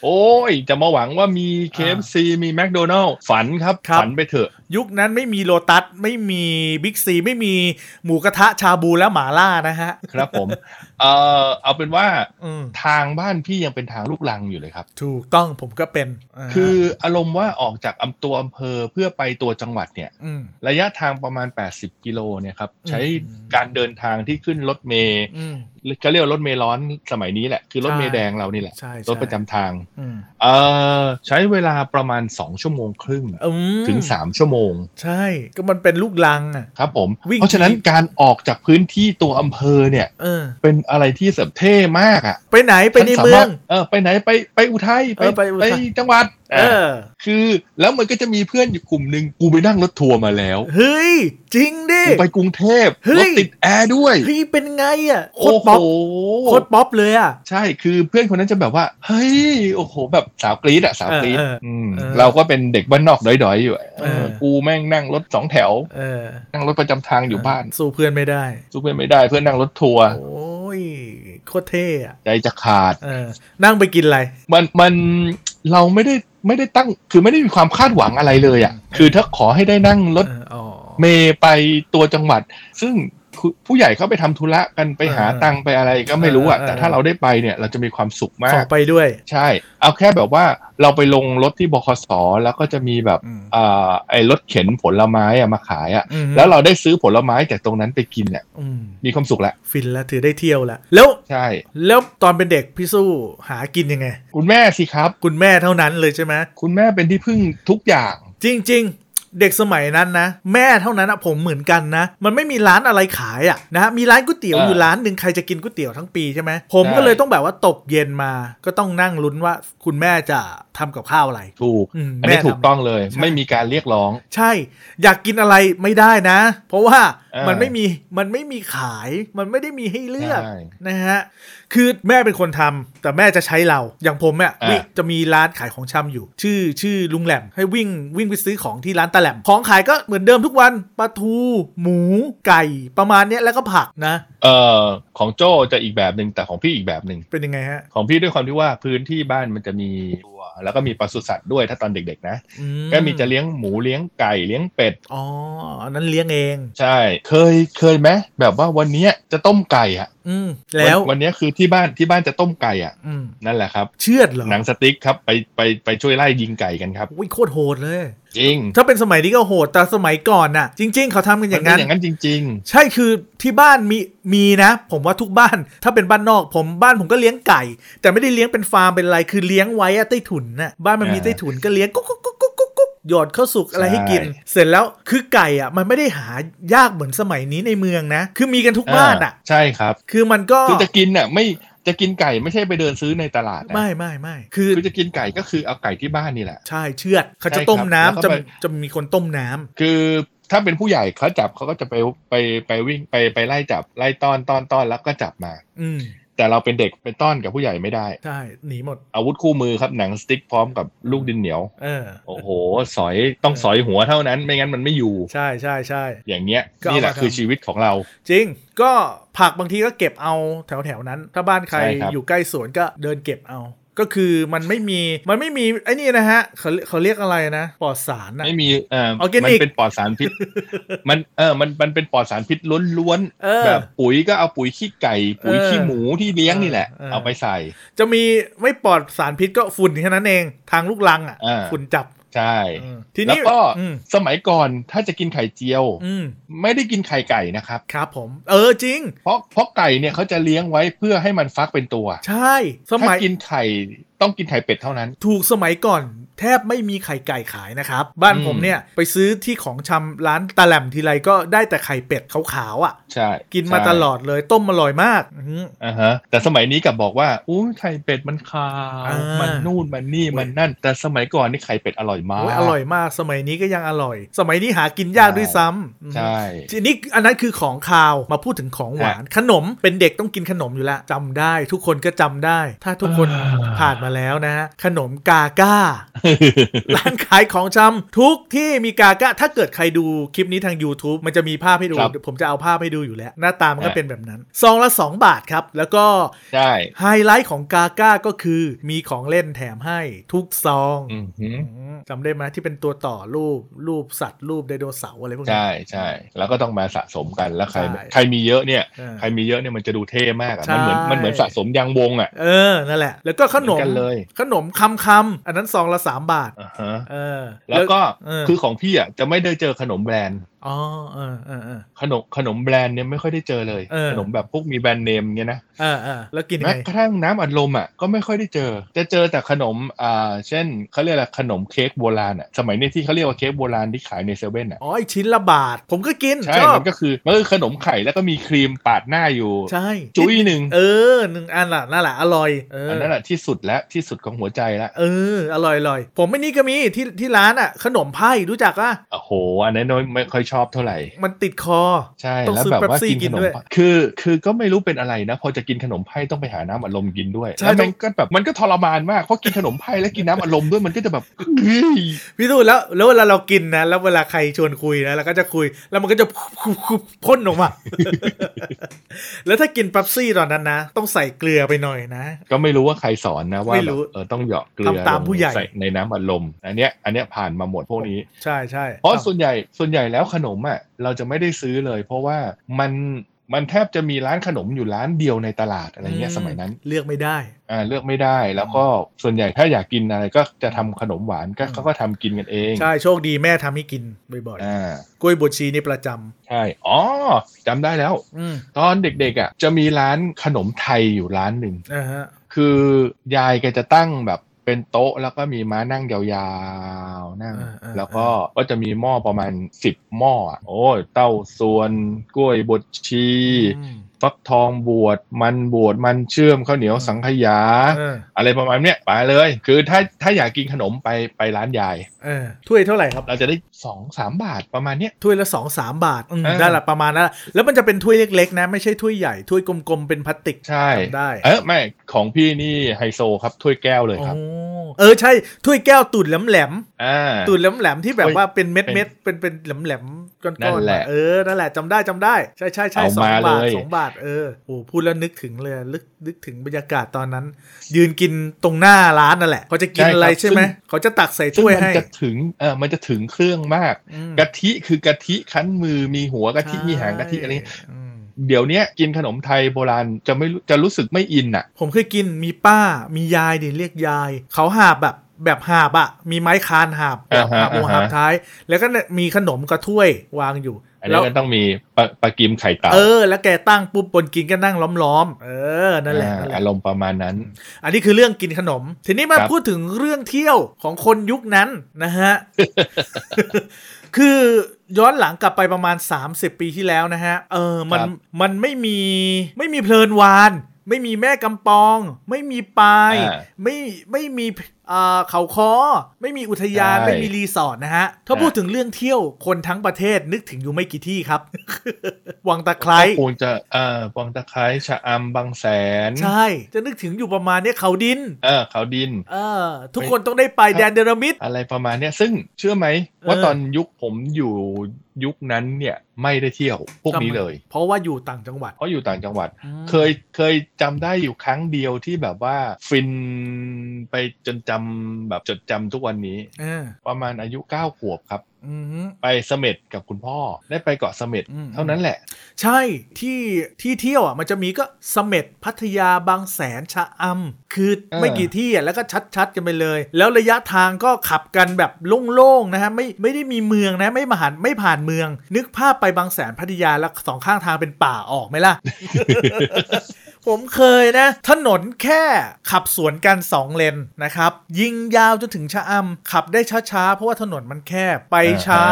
Speaker 2: โอ้ย จะมาหวังว่ามี KFC มีแม d โดนัลฝันครับ
Speaker 1: ครับ
Speaker 2: ฝันไปเถอะ
Speaker 1: ยุคนั้นไม่มีโลตัส ไม่มีบิ๊กซี ไม่มีหมูกระทะชาบูและหมาล่านะฮะ
Speaker 2: ครับ ผม เออเอาเป็นว่า
Speaker 1: อืม
Speaker 2: ทางบ้านพี่ยังเป็นทางลูกลังอยู่เลยครับ
Speaker 1: ถูกต้องผมก็เป็นนะฮะ
Speaker 2: คืออารมณ์ว่าออกจากอำตัวอำเภอเพื่อไปตัวจังหวัดเนี่ย
Speaker 1: ม
Speaker 2: ระยะทางประมาณ 80 กิโลเนี่ยครับ ใช้
Speaker 1: อืม
Speaker 2: การเดินทางที่ขึ้นรถเมล์
Speaker 1: อืม
Speaker 2: ก็เรียกว่ารถเมล์ร้อนสมัยนี้แหละ คือรถเมล์
Speaker 1: ใช่
Speaker 2: แดงเรานี่แหละ
Speaker 1: ใช่
Speaker 2: รถประจำทาง
Speaker 1: อืม
Speaker 2: เออใช้เวลาประมาณ 2 ชั่วโมงครึ่ง
Speaker 1: อืม
Speaker 2: ถึง 3 ชั่วโมง
Speaker 1: ใช่ก็มันเป็นลูกลังอ่ะ
Speaker 2: ครับผม
Speaker 1: วิ่ง
Speaker 2: เพราะฉะนั้นการออกจากพื้นที่ตัวอำเภอเนี่ย
Speaker 1: เออ
Speaker 2: เป็นอะไรที่เสริมเท่มากอ่ะ
Speaker 1: ไปไหนไปใน
Speaker 2: ฉัสา
Speaker 1: เมื
Speaker 2: มา
Speaker 1: อ
Speaker 2: รง ถเออไปไหนไปไปอุทัย
Speaker 1: เออไปอุทัย
Speaker 2: จังหวัด
Speaker 1: เอ
Speaker 2: เออ
Speaker 1: อ
Speaker 2: คือแล้วมันก็จะมีเพื่อนอยู่กลุ่มหนึ่งกูไปนั่งรถทัวร์มาแล้ว
Speaker 1: เฮ้ย จริงดิ
Speaker 2: กูไปกรุงเทพ
Speaker 1: เฮ้ย
Speaker 2: รถติดแอร์ด้วย
Speaker 1: เฮ้ยเป็นไงอ่ะโคต
Speaker 2: โอ้
Speaker 1: รป๊
Speaker 2: โห
Speaker 1: อปโคตรป๊อปเลยอ่ะ
Speaker 2: ใช่คือเพื่อนคนนั้นจะแบบว่า เฮ้ยโอ้โหแบบสาวกรีดอะสาวกรีด
Speaker 1: เออเออ
Speaker 2: อืม
Speaker 1: เออ
Speaker 2: เราก็เป็นเด็กบ้านนอกดอยๆอยู่อะ
Speaker 1: เออ
Speaker 2: กูแม่งนั่งรถสองแถว
Speaker 1: เออ
Speaker 2: นั่งรถประจำทางอยู่บ้าน
Speaker 1: สู้เพื่อนไม่ได้
Speaker 2: สู้เพื่อนไม่ได้เพื่อนนั่งรถทัวร์
Speaker 1: โอ้ยโคตรเท่อะ
Speaker 2: ใจจะขาด
Speaker 1: เออ นั่งไปกินอะไร
Speaker 2: มันมันเราไม่ได้ไม่ได้ตั้งคือไม่ได้มีความคาดหวังอะไรเลยอะ่ะ คือถ้าขอให้ได้นั่งรถ
Speaker 1: เอออ๋อ
Speaker 2: เมย์ไปตัวจังหวัด ซึ่งผู้ผู้ใหญ่เขาไปทำธุระกันไปหา
Speaker 1: เออ
Speaker 2: ตังค์ไปอะไรก็ไม่รู้อะ่ะ
Speaker 1: เออเออ
Speaker 2: แต่ถ้าเราได้ไปเนี่ยเราจะมีความสุขมา
Speaker 1: ขอก ไปด้วย
Speaker 2: ใช่ เอาแค่แบบว่าเราไปลงรถที่บคสแล้วก็จะมีแบบ
Speaker 1: อืม
Speaker 2: เอ่อไอ้รถเข็นผลไม้อะมาขายอะ่ะ
Speaker 1: อืม
Speaker 2: แล้วเราได้ซื้อผลไม้จากตรงนั้นไปกินเนี่ย
Speaker 1: อืม
Speaker 2: มีความสุขละ
Speaker 1: ฟินแล้วถือได้เที่ยวแล้ว แล้ว
Speaker 2: ใช่
Speaker 1: แล้วตอนเป็นเด็กพี่สู้หากินยังไง
Speaker 2: คุณแม่สิครับ
Speaker 1: คุณแม่เท่านั้นเลยใช่ไหม
Speaker 2: คุณแม่เป็นที่พึ่งทุกอย่าง
Speaker 1: จริง ๆ เด็กสมัยนั้นนะ แม่เท่านั้นอะผมเหมือนกันนะ มันไม่มีร้านอะไรขายอะนะฮะมีร้านก๋วยเตี๋ยว
Speaker 2: เออ
Speaker 1: อ
Speaker 2: อยู่
Speaker 1: ร้านหนึ่งใครจะกินก๋วยเตี๋ยวทั้งปีใช่ไหมผมก็
Speaker 2: ใช่
Speaker 1: เลยต้องแบบว่าตกเย็นมา ก็ต้องนั่งลุ้นว่า คุณแม่จะทำกับข้าวอะไร
Speaker 2: ถูก
Speaker 1: อืม
Speaker 2: อันนี้
Speaker 1: แม่
Speaker 2: ถูก
Speaker 1: ทำ
Speaker 2: ต้องเลย
Speaker 1: ใช่
Speaker 2: ไม่มีการเรียกร้อง
Speaker 1: ใช่ อยากกินอะไรไม่ได้นะ เพราะว่า
Speaker 2: เออ
Speaker 1: มันไม่มีมันไม่มีขายมันไม่ได้มีให้เลือก
Speaker 2: ใช่
Speaker 1: นะฮะคือแม่เป็นคนทำแต่แม่จะใช้เราอย่างผมเนี่ย
Speaker 2: อ่ะ
Speaker 1: วิ่งจะมีร้านขายของชำอยู่ ชื่อชื่อลุงแหลมให้วิ่งวิ่งไปซื้อของที่ร้านตาแหลมของขายก็เหมือนเดิมทุกวันปลาทู หมู ไก่ประมาณเนี้ยแล้วก็ผักนะ
Speaker 2: เออของโจจะอีกแบบหนึ่งแต่ของพี่อีกแบบหนึ่ง
Speaker 1: เป็นยังไงฮะ
Speaker 2: ของพี่ด้วยความที่ว่าพื้นที่บ้านมันจะมีตัว แล้วก็มีปศุสัตว์ด้วยถ้าตอนเด็กๆนะ
Speaker 1: อื
Speaker 2: ก็มีจะเลี้ยงหมูเลี้ยงไก่เลี้ยงเป็ด
Speaker 1: อ๋ออันนั้นเลี้ยงเอง
Speaker 2: ใช่ เคยเคยไหมแบบว่าวันเนี้ยจะต้มไก่อะ
Speaker 1: อืมแล้ว
Speaker 2: นวันเนี้ยคือที่บ้านที่บ้านจะต้มไก่อะ
Speaker 1: อืม
Speaker 2: นั่นแหละครับ
Speaker 1: เชือดเหรอ
Speaker 2: หนังสติ๊กครับไปไปไปช่วยไล่ยิงไก่กันครับ
Speaker 1: วิ่งโคตรโหดเลย
Speaker 2: จริง
Speaker 1: ถ้าเป็นสมัยนี้ก็โหดแต่สมัยก่อนน่ะ จริง ๆ เขาทำกันอ
Speaker 2: มัน
Speaker 1: ย่าง
Speaker 2: เป็น
Speaker 1: นั้น
Speaker 2: อย่างนั้นจริง
Speaker 1: ใช่คือที่บ้านมีมีนะ ผมว่าทุกบ้าน ถ้าเป็นบ้านนอกผมบ้านผมก็เลี้ยงไก่ แต่ไม่ได้เลี้ยงเป็นฟาร์มเป็นอะไรคือเลี้ยงไว้อะใต้ถุนน่ะบ้านมันมี
Speaker 2: อ่า
Speaker 1: ใต้ถุนก็เลี้ยงกุ๊กกุ๊กกุ๊กกุ๊กกุ๊กกุ๊กหยอดข้าวสุกอะไร
Speaker 2: ใช่
Speaker 1: ให้กิน เสร็จแล้วคือไก่อ่ะมันไม่ได้หายากเหมือนสมัยนี้ในเมืองนะ คือมีกันทุก
Speaker 2: ๆ
Speaker 1: บ้านอ่ะ
Speaker 2: ใช่ครับ
Speaker 1: คือมันก็
Speaker 2: คือจะกินน่ะไม่จะกินไก่ไม่ใช่ไปเดินซื้อในตลาดนะ
Speaker 1: ไม่ไม่ไม่คือ
Speaker 2: คือจะกินไก่ก็คือเอาไก่ที่บ้านนี่แหละ
Speaker 1: ใช่เชือดเขาจะต้มน้ำจะจะมีคนต้มน้ำ
Speaker 2: คือถ้าเป็นผู้ใหญ่เขาจับเขาก็จะไปไปไปวิ่งไปไปไล่จับไล่ต้อนต้อนต้อนแล้วก็จับมา
Speaker 1: อืม
Speaker 2: แต่เราเป็นเด็กไปต้อนกับผู้ใหญ่ไม่ได้
Speaker 1: ใช่หนีหมด
Speaker 2: อาวุธคู่มือครับหนังสติ๊กพร้อมกับลูกดินเหนียว
Speaker 1: เออ
Speaker 2: โอ้โห สอยต้องสอยหัวเท่านั้น ไม่งั้นมันไม่อยู่
Speaker 1: ใช่ใช่ใช่
Speaker 2: อย่างเงี้ย
Speaker 1: ก็เอามา
Speaker 2: นี่แหละ
Speaker 1: ทำ
Speaker 2: คือชีวิตของเรา
Speaker 1: จริง ก็ผักบางทีก็เก็บเอาแถวแถวๆนั้น ถ้าบ้านใคร
Speaker 2: ใช่ครับ
Speaker 1: อยู่ใกล้สวนก็เดินเก็บเอา ก็คือมันไม่มี มันไม่มีไอ้นี่นะฮะ เขาเขาเรียกอะไรนะ ปลอดสารนะ
Speaker 2: ไม่มีเออ
Speaker 1: ออร์แกนิก
Speaker 2: มัเป็นปลอดสารพิ ษ มันเออมันมันเป็นปลอดสารพิษล้วน
Speaker 1: เออ
Speaker 2: แบบปุ๋ยก็เอาปุ๋ยขี้ไก่ ปุ๋ย
Speaker 1: เออ
Speaker 2: ขี้หมูที่เลี้ยงนี่แหละ
Speaker 1: เออ
Speaker 2: เอาไปใส่
Speaker 1: จะมีไม่ปลอดสารพิษก็ฝุ่นแค่นั้นเอง ทางลูกลังอ่ะ
Speaker 2: อ่า
Speaker 1: ฝุ่นจับ
Speaker 2: ใช่
Speaker 1: อืมที
Speaker 2: แล้
Speaker 1: นี้
Speaker 2: วก็
Speaker 1: อืม
Speaker 2: สมัยก่อนถ้าจะกินไข่เจียว
Speaker 1: อืม
Speaker 2: ไม่ได้กินไข่ไก่นะครับ
Speaker 1: ครับผม เออจริง
Speaker 2: เพราะเพราะไก่เนี่ยเขาจะเลี้ยงไว้เพื่อให้มันฟักเป็นตัว
Speaker 1: ใช่ ส
Speaker 2: ถ้า
Speaker 1: มัย
Speaker 2: กินไข่ ต้องกินไข่เป็ดเท่านั้น
Speaker 1: ถูกสมัยก่อนแทบไม่มีไข่ไก่ขายนะครับ บ้าน
Speaker 2: อืม
Speaker 1: ผมเนี่ยไปซื้อที่ของชำร้านตะแหลมทีไรก็ได้แต่ไข่เป็ดขาวๆอะ่ะ
Speaker 2: ใช่
Speaker 1: กินมา
Speaker 2: ใช่
Speaker 1: ตลอดเลยต้มอร่อยมากอื้อหือ
Speaker 2: อ่าฮะ แต่สมัยนี้กลับบอกว่าอู้ไข่เป็ดมันขาว
Speaker 1: อ่ามั
Speaker 2: มันนู่นมันนี่
Speaker 1: โอ้ย
Speaker 2: มันนั่น แต่สมัยก่อนนี่ไข่เป็ดอร่อยมาก
Speaker 1: โอ้ยอร่อยมากสมัยนี้ก็ยังอร่อย สมัยนี้หากินยาก
Speaker 2: ใช่
Speaker 1: ด้วยซ้ำอื้อหือ
Speaker 2: ใช่
Speaker 1: ทีนี้อันนั้นคือของคาวมาพูดถึงของหวาน ขนมเป็นเด็กต้องกินขนมอยู่แล้วจำได้ ทุกคนก็จำได้ ถ้าทุกคน
Speaker 2: อ่า
Speaker 1: ผ่านมาแล้วนะฮะขนมกาก้า ร้านขายของชำทุกที่มีกากะถ้าเกิดใครดูคลิปนี้ทาง YouTube มันจะมีภาพให้ดู
Speaker 2: ครับ
Speaker 1: เดี๋ยวผมจะเอาภาพให้ดูอยู่แล้ว หน้าตามันก็
Speaker 2: ฮะ
Speaker 1: เป็นแบบนั้นซองละ 2 บาทครับ แล้วก็
Speaker 2: ใช่
Speaker 1: ไฮไลท์ของกากะก็คือมีของเล่นแถมให้ทุกซอง
Speaker 2: อือหือ
Speaker 1: อืมจำได้ไหมที่เป็นตัวต่อรูปรูปสัตว์รูปไดโนเสาร์อะไรพวกนี้
Speaker 2: ใช่ใช่แล้วก็ต้องมาสะสมกันแล้วใคร
Speaker 1: ใช่
Speaker 2: ใครมีเยอะเนี่ย
Speaker 1: เออ
Speaker 2: ใครมีเยอะเนี่ยมันจะดูเท่มากอะ
Speaker 1: ใช่
Speaker 2: มันเหมือนมันเหมือนสะสมยางวงอ่ะ
Speaker 1: เออนั่นแหละ แล้วก็ขนม
Speaker 2: เหมือนกันเลย
Speaker 1: ขนมคำคำๆอันนั้นซองละ 3 บาท
Speaker 2: อ่าฮะ
Speaker 1: เออ
Speaker 2: แล้วก็
Speaker 1: เออ
Speaker 2: คือของพี่อ่ะจะไม่ได้เจอขนมแบรนด์
Speaker 1: อ๋อเออเออเออ
Speaker 2: ขนมขนมแบรนด์เนี่ยไม่ค่อยได้เจอเลย
Speaker 1: เออ
Speaker 2: ขนมแบบพวกมีแบรนด์เนมเงี้ยนะ
Speaker 1: เออเออแล้วกินยัง
Speaker 2: แม้
Speaker 1: ไง
Speaker 2: กระทั่งน้ำอัดลมอ่ะก็ไม่ค่อยได้เจอ จะเจอแต่ขนมอ่าเช่นเขาเรียกอะไรขนมเค้กโบราณอ่ะสมัยนี้ที่เขาเรียกว่าเค้กโบราณที่ขายในเซเว่นอ่ะ
Speaker 1: อ๋อไอ้ชิ้นละบาท ผมก็กิน
Speaker 2: ใช่
Speaker 1: ชอบ
Speaker 2: มันก็คือมันก็คือขนมไข่แล้วก็มีครีมปาดหน้าอยู่
Speaker 1: ใช่
Speaker 2: จุ้ยหนึ่ง
Speaker 1: เออหนึ่งอันละนั่นแหละอร่อยเออ
Speaker 2: อั
Speaker 1: อน
Speaker 2: นั้นแหละที่สุดแล้วที่สุดของหัวใจแล้ว
Speaker 1: เอออร่อยอร่อยผมไม่นี่ก็มีที่ที่ร้านอ่ะ ขนมไพ่รู้จักอ่ะ
Speaker 2: โอ้โห อันนั้นน้อยไม่ค่อยชอบเท่าไหร่
Speaker 1: มันติดคอ
Speaker 2: ใช่
Speaker 1: ต้อง
Speaker 2: แล้ว
Speaker 1: ซื้อ
Speaker 2: แบบว่า
Speaker 1: Pepsi
Speaker 2: กินขน
Speaker 1: กิน
Speaker 2: ม
Speaker 1: ด้วย
Speaker 2: ไผ่คือคือก็ไม่รู้เป็นอะไรนะ พอจะกินขนมไผ่ต้องไปหาน้ำอัดลมกินด้วย
Speaker 1: ใช่
Speaker 2: แล้วมันก็แบบมันก็ทรมานมากเพราะกินขนมไผ่แล้วกินน้ำอัดลมด้วยมันก็จะแบบ เฮ้ย
Speaker 1: พี่ตูนแล้วแล้วเวลาเรากินนะแล้วเวลาใครชวนคุยนะเราก็จะคุย แล้วมันก็จะพ่นออกมา แล้วถ้ากินเป๊ปซี่ตอนนั้นนะ ต้องใส่เกลือไปหน่อยนะ
Speaker 2: ก็ไม่รู้ว่าใครสอนนะว่า
Speaker 1: ไม่
Speaker 2: แบ
Speaker 1: รู้
Speaker 2: บเออต้องเหยาะเกลือ
Speaker 1: ทำตามผู้ใหญ่
Speaker 2: ส่ในน้ำอัดลมอันเนี้ยอันเนี้ยผ่านมาหมดพวกนี้
Speaker 1: ใช่ใช่
Speaker 2: เพราะส่วนใหญ่ส่วนใหญ่แล้วขนมอ่ะเราจะไม่ได้ซื้อเลย เพราะว่ามันมันแทบจะมีร้านขนมอยู่ร้านเดียวในตลาดอะไรเงี้ยสมัยนั้น
Speaker 1: เลือกไม่ได้
Speaker 2: อ่าเลือกไม่ได้แล้วก็ส่วนใหญ่ถ้าอยากกินอะไรก็จะทำขนมหวานก็
Speaker 1: อืม
Speaker 2: เขาก็ทำกินกันเอง
Speaker 1: ใช่โชคดีแม่ทำให้กินบ่อย
Speaker 2: อ่า
Speaker 1: ๆกล้วยบวชชีนี่ประจำ
Speaker 2: ใช่อ๋อจำได้แล้ว
Speaker 1: อืม
Speaker 2: ตอนเด็กๆอ่ะจะมีร้านขนมไทยอยู่ร้านหนึ่ง
Speaker 1: อ่าฮะ
Speaker 2: คือยายแกจะตั้งแบบเป็นโต๊ะแล้วก็มีม้านั่งยาวๆนั่ง
Speaker 1: อ่าอ่า
Speaker 2: แล้วก็ก็จะมีหม้อประมาณ 10 หม้ออ่ะโอ้ยเต้าส่วนกล้วยบดชี
Speaker 1: อืม
Speaker 2: ฟักทองบวชมันบวชมันเชื่อมข้าวเหนียว
Speaker 1: อืม
Speaker 2: สังขยา
Speaker 1: เออ
Speaker 2: อะไรประมาณเนี้ยไปเลย คือถ้าถ้าอยากกินขนมไปไปร้านยาย
Speaker 1: เออถ้วยเท่าไหร่ครับ
Speaker 2: เราจะได้สองสามบาทประมาณเนี้ย
Speaker 1: ถ้วยละสองสามบาทอืม
Speaker 2: เออ
Speaker 1: ได้ละประมาณนั้นละแล้วมันจะเป็นถ้วยเล็ก ๆ นะ ไม่ใช่ถ้วยใหญ่ ถ้วยกลมๆ เป็นพลาสติก
Speaker 2: ใช่
Speaker 1: จำได้
Speaker 2: เออไม่ของพี่นี่ไฮโซครับถ้วยแก้วเลย
Speaker 1: โอ้
Speaker 2: ครับ
Speaker 1: เออ ใช่ถ้วยแก้วตุ่นแหลม
Speaker 2: อ่า
Speaker 1: ๆตุ่นแหลมๆที่แบบ
Speaker 2: ถ้วย
Speaker 1: ว่าเป็นเม็ดเม็ดๆเป็นเป็นแหลมๆก้อน
Speaker 2: นั่น
Speaker 1: ๆ
Speaker 2: แหละ
Speaker 1: อะเออนั่นแหละจำได้จำได้ใช่ใช่ใช่
Speaker 2: เอา
Speaker 1: สอง
Speaker 2: มา
Speaker 1: บาท
Speaker 2: เลย
Speaker 1: สองบาทเออโอ้พูดแล้วนึกถึงเลยนึกนึกถึงบรรยากาศตอนนั้น ยืนกินตรงหน้าร้านนั่นแหละเขาจะกินอะไรใช่ไหมเขาจะตักใส่
Speaker 2: ซึ่ง
Speaker 1: ถ้วย
Speaker 2: มัน
Speaker 1: ให้
Speaker 2: จะถึงเออมันจะถึงเครื่องมาก
Speaker 1: อืม
Speaker 2: กะทิคือกะทิคั้นมือมีหัวกะทิมีหางกะทิอะไรเงี้ย
Speaker 1: อืม
Speaker 2: เดี๋ยวเนี้ยกินขนมไทยโบราณจะไม่รู้จะรู้สึกไม่อินอ่ะ
Speaker 1: ผมเคยกินมีป้ามียายดิเรียกยาย เขาหาบแบบแบบหาบอะมีไม้คานหาบแบบ
Speaker 2: อ่า
Speaker 1: หา
Speaker 2: ฮะ
Speaker 1: บหัว
Speaker 2: อ่าฮะ
Speaker 1: หาบท้าย แล้วก็เนี่ยมีขนมกระถ้วยวางอยู่
Speaker 2: อัน
Speaker 1: แล้
Speaker 2: นี้
Speaker 1: ว
Speaker 2: ก็ต้องมีปลาปลากิมไข่เต่า
Speaker 1: เออ แล้วแกตั้งปุ๊บบนกินก็นั่งล้อมๆเออนั่นแหละ
Speaker 2: อ่า
Speaker 1: นั่นแห
Speaker 2: อา
Speaker 1: ละ
Speaker 2: รมณ์ประมาณนั้น
Speaker 1: อันนี้คือเรื่องกินขนม ทีนี้มา
Speaker 2: ครับ
Speaker 1: พูดถึงเรื่องเที่ยวของคนยุคนั้นนะ ฮะ คือย้อนหลังกลับไปประมาณ 30 ปีที่แล้วนะฮะ เออ มัน
Speaker 2: ครับ
Speaker 1: มันไม่มี ไม่มีเพลินวาน ไม่มีแม่กำปอง ไม่มีปาย
Speaker 2: อ่า
Speaker 1: ไม่ ไม่มีอ่าเขาคอ ไม่มีอุทยาน
Speaker 2: ใช่
Speaker 1: ไม่มีรีสอร์ทนะฮะ ถ้า
Speaker 2: อ่า
Speaker 1: พูดถึงเรื่องเที่ยว คนทั้งประเทศนึกถึงอยู่ไม่กี่ที่ครับ วังตะไคร้
Speaker 2: ก็คงจะเอ่อวังตะไคร้ชะอำบางแสน
Speaker 1: ใช่ จะนึกถึงอยู่ประมาณเนี้ยเขาดิน
Speaker 2: เออเขาดิน
Speaker 1: เออ ทุกคนต้องได้ไปแดนเดรมิด
Speaker 2: อะไรประมาณเนี้ยซึ่งเชื่อไหมว่า
Speaker 1: เออ
Speaker 2: ตอนยุคผมอยู่ยุคนั้นเนี่ยไม่ได้เที่ยวพวกนี้เลย
Speaker 1: เพราะว่าอยู่ต่างจังหวัด
Speaker 2: เพราะอยู่ต่างจังหวัด
Speaker 1: อืม
Speaker 2: เคยเคยจำได้อยู่ครั้งเดียวที่แบบว่าฟินไปจนจำแบบจดจำทุกวันนี้
Speaker 1: เออ
Speaker 2: ประมาณอายุ9ก้าขวบครับ
Speaker 1: อือหือ
Speaker 2: ไปเสม็ดกับคุณพ่อได้ไปเกาะเสม็ด
Speaker 1: อืม
Speaker 2: เท่านั้นแหละ
Speaker 1: ใช่ที่ที่เที่ยวอ่ะมันจะมีก็เสม็ดพัทยาบางแสนชะอำคือ
Speaker 2: เออ
Speaker 1: ไม่กี่ที่อ่ะแล้วก็ชัดๆกันไปเลย แล้วระยะทางก็ขับกันแบบโล่งๆนะฮะไม่ไม่ได้มีเมืองนะไม่มาหันไม่ผ่านเมือง นึกภาพไปบางแสนพัทยาแล้วสองข้างทางเป็นป่าออกไหมล่ะ ผมเคยนะ ถนนแค่ขับสวนกันสองเลนนะครับ ยิงยาวจนถึงชะอำขับได้ช้าๆ เพราะว่าถนนมันแคบไป
Speaker 2: อ่าฮะ
Speaker 1: เช้า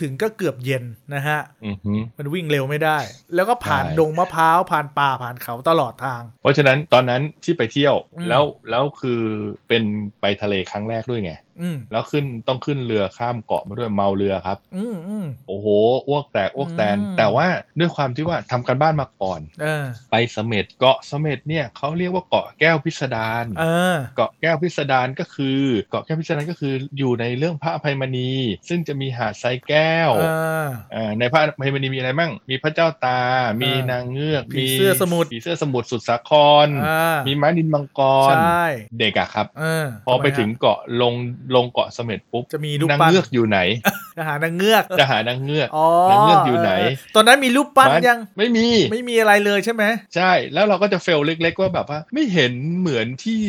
Speaker 1: ถึงก็เกือบเย็นนะฮะ
Speaker 2: อือหือ
Speaker 1: มันวิ่งเร็วไม่ได้ แล้วก็ผ่าน
Speaker 2: ใช่
Speaker 1: ดงมะพร้าวผ่านป่าผ่านเขาตลอดทาง
Speaker 2: เพราะฉะนั้นตอนนั้นที่ไปเที่ยว
Speaker 1: อืม
Speaker 2: แล้วแล้วคือเป็นไปทะเลครั้งแรกด้วยไง
Speaker 1: อืม
Speaker 2: แล้วขึ้นต้องขึ้นเรือข้ามเกาะมาด้วยเมาเรือครับ
Speaker 1: อืมอืม
Speaker 2: โอ้โหอ้วกแตกอ้วกแตน
Speaker 1: อืม
Speaker 2: แต่ว่าด้วยความที่ว่าทำกันบ้านมาก่อน
Speaker 1: เออ
Speaker 2: ไปเสม็ดเกาะเสม็ดเนี่ยเขาเรียกว่าเกาะแก้วพิสดาร
Speaker 1: เออ
Speaker 2: เกาะแก้วพิสดารก็คือ เกาะแก้วพิสดารก็คืออยู่ในเรื่องพระอภัยมณี ซึ่งจะมีหาดทรายแก้ว
Speaker 1: เออ
Speaker 2: อ่าในพระอภัยมณีมีอะไรบ้างมีพระเจ้าตา มี
Speaker 1: เออน
Speaker 2: างเงือก
Speaker 1: ผีเสื้อสมุทร
Speaker 2: ผีเสื้อสมุทรสุดสาคร
Speaker 1: อ่า
Speaker 2: มีม้าดินมังกร
Speaker 1: ใช่
Speaker 2: เด็กอะครับ
Speaker 1: เออ
Speaker 2: พอไป
Speaker 1: ทำมฮะ
Speaker 2: ถึงเกาะลงลงเกาะเสม็ดปุ๊บ
Speaker 1: จะมีรูป
Speaker 2: นาง
Speaker 1: ปั้น
Speaker 2: เงือกอยู่ไหน
Speaker 1: ทหารนางเงือก
Speaker 2: จะหานางเงือก
Speaker 1: อ๋อน
Speaker 2: างเงือกอยู่ไหน
Speaker 1: เตอนนั้นมีรูปปั้นยัง
Speaker 2: ไม่มี
Speaker 1: ไม่มีอะไรเลยใช่ไหม
Speaker 2: ใช่แล้วเราก็จะเฟลเล็ก ๆ ว่าแบบว่า ไม่เห็นเหมือนที่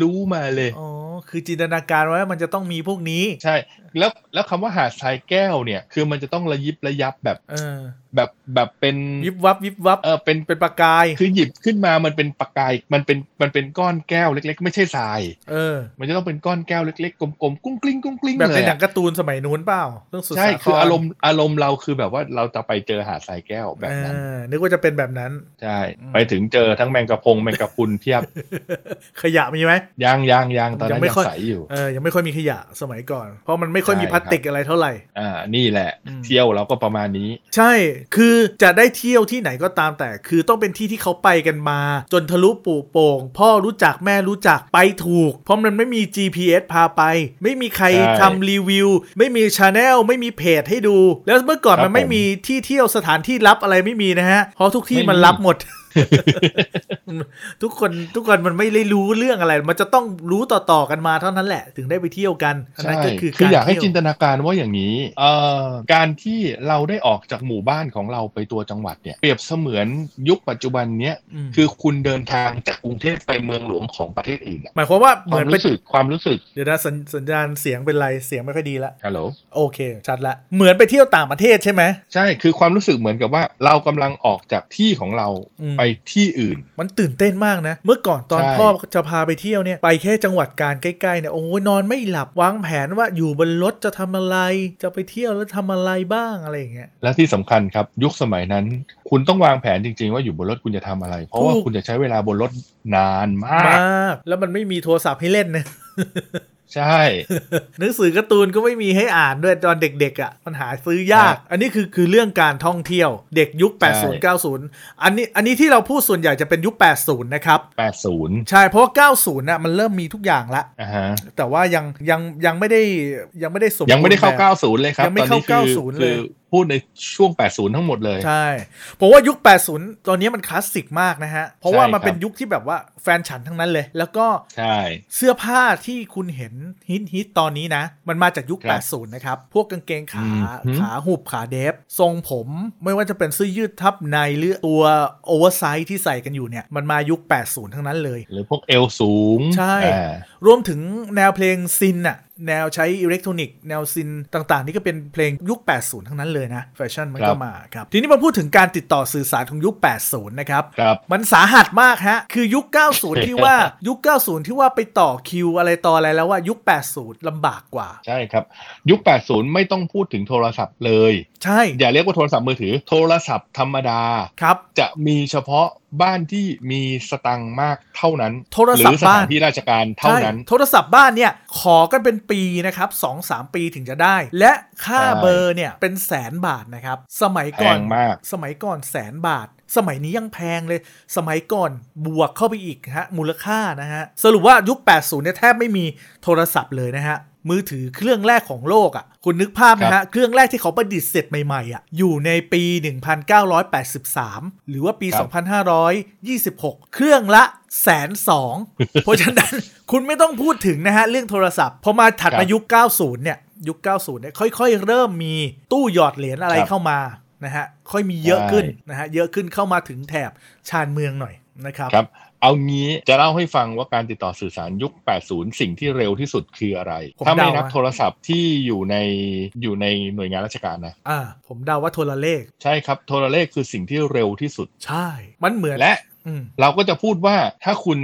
Speaker 2: รู้มาเลย
Speaker 1: อ๋อ คือจินตนาการไว้ว่ามันจะต้องมีพวกนี้
Speaker 2: ใช่ แล้วแล้วคำว่าหาดทรายแก้วเนี่ย คือมันจะต้องระยิบระยับแบบ
Speaker 1: เออ
Speaker 2: แบบแบบเป็น
Speaker 1: วิบวับวิบวับ
Speaker 2: เออเป็น
Speaker 1: เป็นประกาย
Speaker 2: คือหยิบขึ้นมามันเป็นประกายมันเป็นมันเป็นก้อนแก้วเล็ก ๆ ไม่ใช่ทราย
Speaker 1: เออ
Speaker 2: มันจะต้องเป็นก้อนแก้วเล็กๆกลมๆกุ้งกลิ้งกุ้งกลิ้ง
Speaker 1: แบบ
Speaker 2: เล
Speaker 1: ใน
Speaker 2: ย
Speaker 1: หนั
Speaker 2: อะ
Speaker 1: งการ์ตูนสมัยนู้นเปล่าเรื่องสุด
Speaker 2: ใช่
Speaker 1: สาค
Speaker 2: คือ
Speaker 1: ร
Speaker 2: อารมณ์อารมณ์เราคือแบบว่าเราจะไปเจอหาดทรายแก้วแบบนั้น
Speaker 1: เออนึกว่าจะเป็นแบบนั้น
Speaker 2: ใช่
Speaker 1: อืม
Speaker 2: ไปถึงเจอทั้งแมงกะพงแมงกะพรุนเพียบ
Speaker 1: ขยะมีไหม
Speaker 2: ยางยางยางตอน
Speaker 1: ยั
Speaker 2: นั้น
Speaker 1: งไม่
Speaker 2: ยัง
Speaker 1: ค่อย
Speaker 2: ใสอยู่
Speaker 1: เออ ยังไม่ค่อยมีขยะสมัยก่อน เพราะมันไม่ค่อยมี
Speaker 2: ใช่
Speaker 1: พลาสติก
Speaker 2: ครับ
Speaker 1: อะไรเท่าไหร่
Speaker 2: อ่านี่แหละ
Speaker 1: อืม
Speaker 2: เที่ยวเราก็ประมาณนี้
Speaker 1: ใช่ คือจะได้เที่ยวที่ไหนก็ตามแต่ คือต้องเป็นที่ที่เขาไปกันมา จนทะลุปูโป่ง พ่อรู้จักแม่รู้จักไปถูก เพราะมันไม่มี GPS พาไป ไม่มีใคร
Speaker 2: ใช่
Speaker 1: ทำรีวิว ไม่มีชาแนลไม่มีเพจให้ดู แล้วเมื่อก่อน
Speaker 2: ครับ
Speaker 1: มันไม่
Speaker 2: ผม
Speaker 1: มีที่เที่ยวสถานที่ลับอะไรไม่มีนะฮะ เพราะทุกที่
Speaker 2: ไม่มี
Speaker 1: มันลับหมด ทุกคนทุกคนมันไม่ได้รู้เรื่องอะไร มันจะต้องรู้ต่อๆกันมาเท่านั้นแหละ ถึงได้ไปเที่ยวกันอันนั้นก็คือ
Speaker 2: คือ
Speaker 1: การ
Speaker 2: อยากให้
Speaker 1: เที่ยว
Speaker 2: จินตนาการว่าอย่างนี้เอ่อการที่เราได้ออกจากหมู่บ้านของเราไปตัวจังหวัดเนี่ย เปรียบเสมือนยุคปัจจุบันเนี้ย
Speaker 1: ม
Speaker 2: คือคุณเดินทางจากกรุงเทพไปเมืองหลวงของประเทศอื่นอะ
Speaker 1: หมายความว่า
Speaker 2: ค
Speaker 1: เห
Speaker 2: วา
Speaker 1: มือ
Speaker 2: ม
Speaker 1: นไป
Speaker 2: รู้สึกความรู้สึก
Speaker 1: เดี๋ยวนะสัญสัญญาณเสียงเป็นไรเสียงไม่ค่อยดีละ
Speaker 2: ฮัลโหล
Speaker 1: โอเค ชัดละ เหมือนไปเที่ยวต่างประเทศใช่ไหม
Speaker 2: ใช่คือความรู้สึกเหมือนกับว่าเรากำลังออกจากที่ของเรา
Speaker 1: อืม
Speaker 2: ไปที่อื่น
Speaker 1: มันตื่นเต้นมากนะ เมื่อก่อนตอน
Speaker 2: ใช่
Speaker 1: พ่อจะพาไปเที่ยวเนี่ยไปแค่จังหวัดการใกล้ๆเนี่ยโอ้ยนอนไม่หลับวางแผนว่าอยู่บนรถจะทำอะไร จะไปเที่ยวแล้วทำอะไรบ้างอะไรอย่างเงี้ย
Speaker 2: และที่สำคัญครับยุคสมัยนั้น คุณต้องวางแผนจริง ๆ ว่าอยู่บนรถคุณจะทำอะไร เพราะว่า
Speaker 1: ถูก
Speaker 2: คุณจะใช้เวลาบนรถนานมาม ก
Speaker 1: ากแล้วมันไม่มีโทรศัพท์ให้เล่นนะ
Speaker 2: ใช่
Speaker 1: หนังสือการ์ตูนก็ไม่มีให้อ่านด้วยตอนเด็กๆอะ่ะมันหาซื้อยาก อันนี้คือคือเรื่องการท่องเที่ยว เด็กยุค 80 90 อันนี้อันนี้ที่เราพูดส่วนใหญ่จะเป็นยุค 80 นะครับ
Speaker 2: 80
Speaker 1: ใช่เพราะว่า90น่ะมันเริ่มมีทุกอย่างละ
Speaker 2: อ่าฮะ
Speaker 1: แต่ว่ายังยังยังไม่ได้ยังไม่ได้สมบูรณ์
Speaker 2: ยังไม่ได้เข้า
Speaker 1: แบบ
Speaker 2: 90 เลยครับ
Speaker 1: ยังไม่เข้า
Speaker 2: ตอนนี้
Speaker 1: 90
Speaker 2: คื
Speaker 1: เล
Speaker 2: อ
Speaker 1: ย
Speaker 2: คือพูดในช่วง 80 ทั้งหมดเลย
Speaker 1: ใช่เพราะว่ายุค 80 ตอนนี้มันคลาสสิกมากนะฮะ เพราะว่ามัน
Speaker 2: ใช่ครับ
Speaker 1: เป็นยุคที่แบบว่าแฟนฉันทั้งนั้นเลย แล้วก็
Speaker 2: ใช่
Speaker 1: เสื้อผ้าที่คุณเห็นฮิตฮิตตอนนี้นะ มันมาจากยุค
Speaker 2: ครับ
Speaker 1: 80 นะครับ พวกกางเกงขา
Speaker 2: อืม
Speaker 1: ขาหุบขาเดฟ ทรงผมไม่ว่าจะเป็นเสื้อยืดทับในหรือตัวโอเวอร์ไซส์ที่ใส่กันอยู่เนี่ยมันมายุค 80 ทั้งนั้นเลย
Speaker 2: หรือพวกเอลสูง
Speaker 1: ใช่
Speaker 2: อ่าร
Speaker 1: วมถึงแนวเพลงซินอะแนวใช้อิเล็กทรอนิกส์แนวซินต่างๆ นี่ก็เป็นเพลงยุค 80 ทั้งนั้นเลยนะ แฟชั่นมันก็มาครับ ทีนี้มาพูดถึงการติดต่อสื่อสารของยุค 80 นะครับ
Speaker 2: ครับ
Speaker 1: มันสาหัสมากฮะ คือยุค 90 ที่ว่า ยุค 90 ที่ว่าไปต่อคิวอะไรต่ออะไรแล้วว่ายุค 80 ลำบากกว่า
Speaker 2: ใช่ครับ ยุค 80 ไม่ต้องพูดถึงโทรศัพท์เลย
Speaker 1: ใช่
Speaker 2: อย่าเรียกว่าโทรศัพท์มือถือ โทรศัพท์ธรรมดา
Speaker 1: ครับ
Speaker 2: จะมีเฉพาะบ้านที่มีสตังค์มากเท่านั้น
Speaker 1: โทร
Speaker 2: ห
Speaker 1: ศัพ
Speaker 2: รื
Speaker 1: ท์
Speaker 2: สถา
Speaker 1: บ้าน
Speaker 2: นที่ราชการเท่านั้น
Speaker 1: ใช่โทรศัพท์บ้านเนี่ยขอกันเป็นปีนะครับสองสามปีถึงจะได้ และค่า
Speaker 2: ใช่
Speaker 1: เบอร์เนี่ยเป็นแสนบาทนะครับ สมัยก่อน
Speaker 2: แพงมาก
Speaker 1: สมัยก่อนแสนบาท สมัยนี้ยังแพงเลย สมัยก่อนบวกเข้าไปอีกฮะมูลค่านะฮะสรุปว่ายุค 80เนี่ยแทบไม่มีโทรศัพท์เลยนะฮะมือถือเครื่องแรกของโลกอ่ะคุณนึกภาพนะฮะเครื่องแรกที่เขาประดิษฐ์เสร็จใหม่ๆอ่ะอยู่ในปี 1983 หรือว่าปี
Speaker 2: ครับ
Speaker 1: 2526 เครื่องละแสนส อง เพราะฉะนั้น คุณไม่ต้องพูดถึงนะฮะ เรื่องโทรศัพท์ พอมาถัด
Speaker 2: ครั
Speaker 1: มา
Speaker 2: บ
Speaker 1: ยุค 90 เนี่ย ยุค 90 เนี่ย ค่อยๆ เริ่มมีตู้หยอดเหรียญอะไร
Speaker 2: ครับ
Speaker 1: เข้ามานะฮะ ค่อยมีเยอะขึ้น
Speaker 2: ใช่
Speaker 1: นะฮะ เยอะขึ้นเข้ามาถึงแถบชานเมืองหน่อยนะครับ
Speaker 2: ครับ เอางี้จะเล่าให้ฟังว่าการติดต่อสื่อสารยุค 80 สิ่งที่เร็วที่สุดคืออะไร
Speaker 1: ผม
Speaker 2: ถ้าไม่
Speaker 1: เดานั
Speaker 2: นับโทรศัพท์ที่อยู่ในอยู่ในหน่วยงานราชการนะ
Speaker 1: อ่า ผมเดาว่าโทรเลข
Speaker 2: ใช่ครับ โทรเลขคือสิ่งที่เร็วที่สุด
Speaker 1: ใช่ มันเหมือน
Speaker 2: และ
Speaker 1: อืม
Speaker 2: เราก็จะพูดว่าถ้าคุณ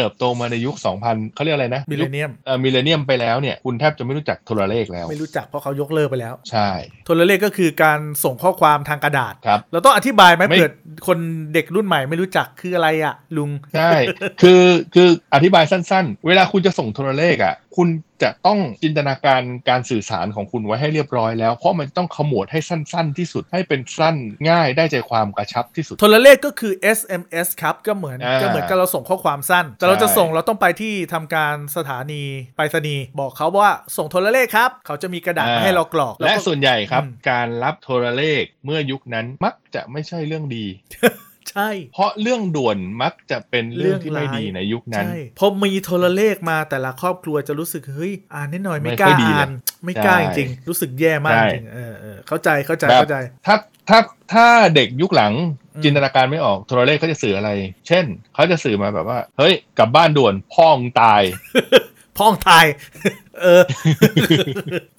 Speaker 2: เติบโตมาในยุค 2000เขาเรียกอะไรนะ
Speaker 1: มิลเลนเนียม
Speaker 2: มิเลเนียมไปแล้วเนี่ยคุณแทบจะไม่รู้จักโทรเลขแล้ว
Speaker 1: ไม่รู้จักเพราะเขายกเลิกไปแล้ว
Speaker 2: ใช่
Speaker 1: โทรเลขก็คือการส่งข้อความทางกระดาษ
Speaker 2: ครับ
Speaker 1: เราต้องอธิบายไหม
Speaker 2: ไม่
Speaker 1: เผื่อคนเด็กรุ่นใหม่ไม่รู้จักคืออะไรอ่ะ ลุง
Speaker 2: ใช่ คือคืออธิบายสั้นๆ เวลาคุณจะส่งโทรเลขอ่ะ คุณจะต้องจินตนาการการสื่อสารของคุณไว้ให้เรียบร้อยแล้ว เพราะมันต้องขมวดให้สั้น ๆ ที่สุด ให้เป็นสั้นง่ายได้ใจความกระชับที่สุด
Speaker 1: โทรเลขก็คือ SMS ครับ ก็เหมือน
Speaker 2: อ่า
Speaker 1: ก็เหมือนกับเราส่งข้อความสั้น แต่เราจะส่งเราต้องไปที่ทำการสถานีไปรษณีย์บอกเขาว่าส่งโทรเลขครับ เขาจะมีกระดาษ
Speaker 2: อ่า
Speaker 1: มาให้เรากรอก
Speaker 2: และ
Speaker 1: ก็
Speaker 2: ส่วนใหญ่ครับ
Speaker 1: อืม
Speaker 2: การรับโทรเลขเมื่อยุคนั้นมักจะไม่ใช่เรื่องดี
Speaker 1: ใช่
Speaker 2: เพราะเรื่องด่วนมักจะเป็นเรื่องที่ไม่ดีในยุคนั้น
Speaker 1: ใช่พอมีโทรเลขมาแต่ละครอบครัวจะรู้สึกเฮ้ยอ่านนิดหน่อยไม่
Speaker 2: ไม่
Speaker 1: กล้า
Speaker 2: ค่อยดี
Speaker 1: อ่าน
Speaker 2: เลย
Speaker 1: ไม่กล้า
Speaker 2: ใช่
Speaker 1: จริงๆรู้สึกแย่มาก
Speaker 2: ใช่
Speaker 1: จริงๆเออเออเข้าใจเข้าใจ
Speaker 2: แบบ
Speaker 1: เข้าใจ
Speaker 2: ถ้าถ้าถ้าเด็กยุคหลัง
Speaker 1: อืม
Speaker 2: จินตนาการไม่ออกโทรเลขเขาจะสื่ออะไร เช่นเขาจะสื่อมาแบบว่า เฮ้ยกลับบ้านด่วนพ่อมึงตาย
Speaker 1: พ่องตาย เออ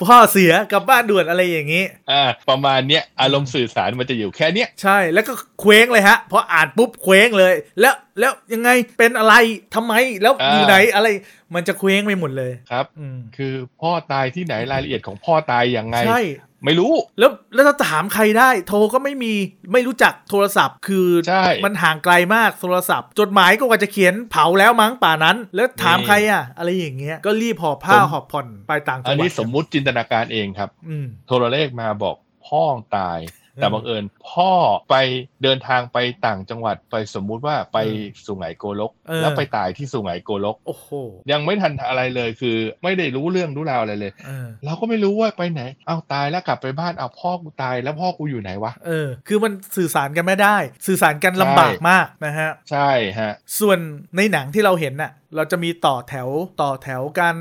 Speaker 1: พ่อเสียกลับบ้านด่วนอะไรอย่างนี้
Speaker 2: อ่าประมาณเนี้ยอารมณ์สื่อสารมันจะอยู่แค่เนี้ย
Speaker 1: ใช่แล้วก็เคว้งเลยฮะพออ่านปุ๊บเคว้งเลย แล้วแล้วยังไงเป็นอะไรทำไมแล้วอยู่ไหนอะไร มันจะเคว้งไปหมดเลย
Speaker 2: ครับ
Speaker 1: อืม
Speaker 2: คือพ่อตายที่ไหนรายละเอียดของพ่อตายยังไง
Speaker 1: ใช่
Speaker 2: ไม่รู้
Speaker 1: แล้วแล้วจะถามใครได้ โทรก็ไม่มีไม่รู้จักโทรศัพท์ คือ
Speaker 2: ใช่
Speaker 1: มันห่างไกลมากโทรศัพท์ จดหมายก็กว่าจะเขียนเผาแล้วมั้งป่านั้น แล้วถาม
Speaker 2: นี่
Speaker 1: ใครอ่ะ อะไรอย่างเงี้ยก็รีบหอบผ้า
Speaker 2: ผม
Speaker 1: หอบผ่อนไปต่างจั
Speaker 2: อั
Speaker 1: ง
Speaker 2: น
Speaker 1: หวั
Speaker 2: นี้
Speaker 1: ด
Speaker 2: สมมุติจินตนาการเองครับ
Speaker 1: อืม
Speaker 2: โทรเลขมาบอกพ่อตาย แต่บังเอิญพ่อไปเดินทางไปต่างจังหวัดไปสมมุติว่าไปสุไหงโกลก
Speaker 1: เออ
Speaker 2: แล้วไปตายที่สุไหงโกลก
Speaker 1: โอ้โห
Speaker 2: ยังไม่ทันอะไรเลยคือ ไม่ได้รู้เรื่องรู้ราวอะไรเลย
Speaker 1: เออ
Speaker 2: เราก็ไม่รู้ว่าไปไหน เอาตายแล้วกลับไปบ้านเอาพ่อกูตายแล้วพ่อกูอยู่ไหนวะ
Speaker 1: เออ คือมันสื่อสารกันไม่ได้ สื่อสารกันลำบากมากนะฮะ
Speaker 2: ใช่ฮะ
Speaker 1: ส่วนในหนังที่เราเห็นน่ะ เราจะมีต่อแถวต่อแถวกัน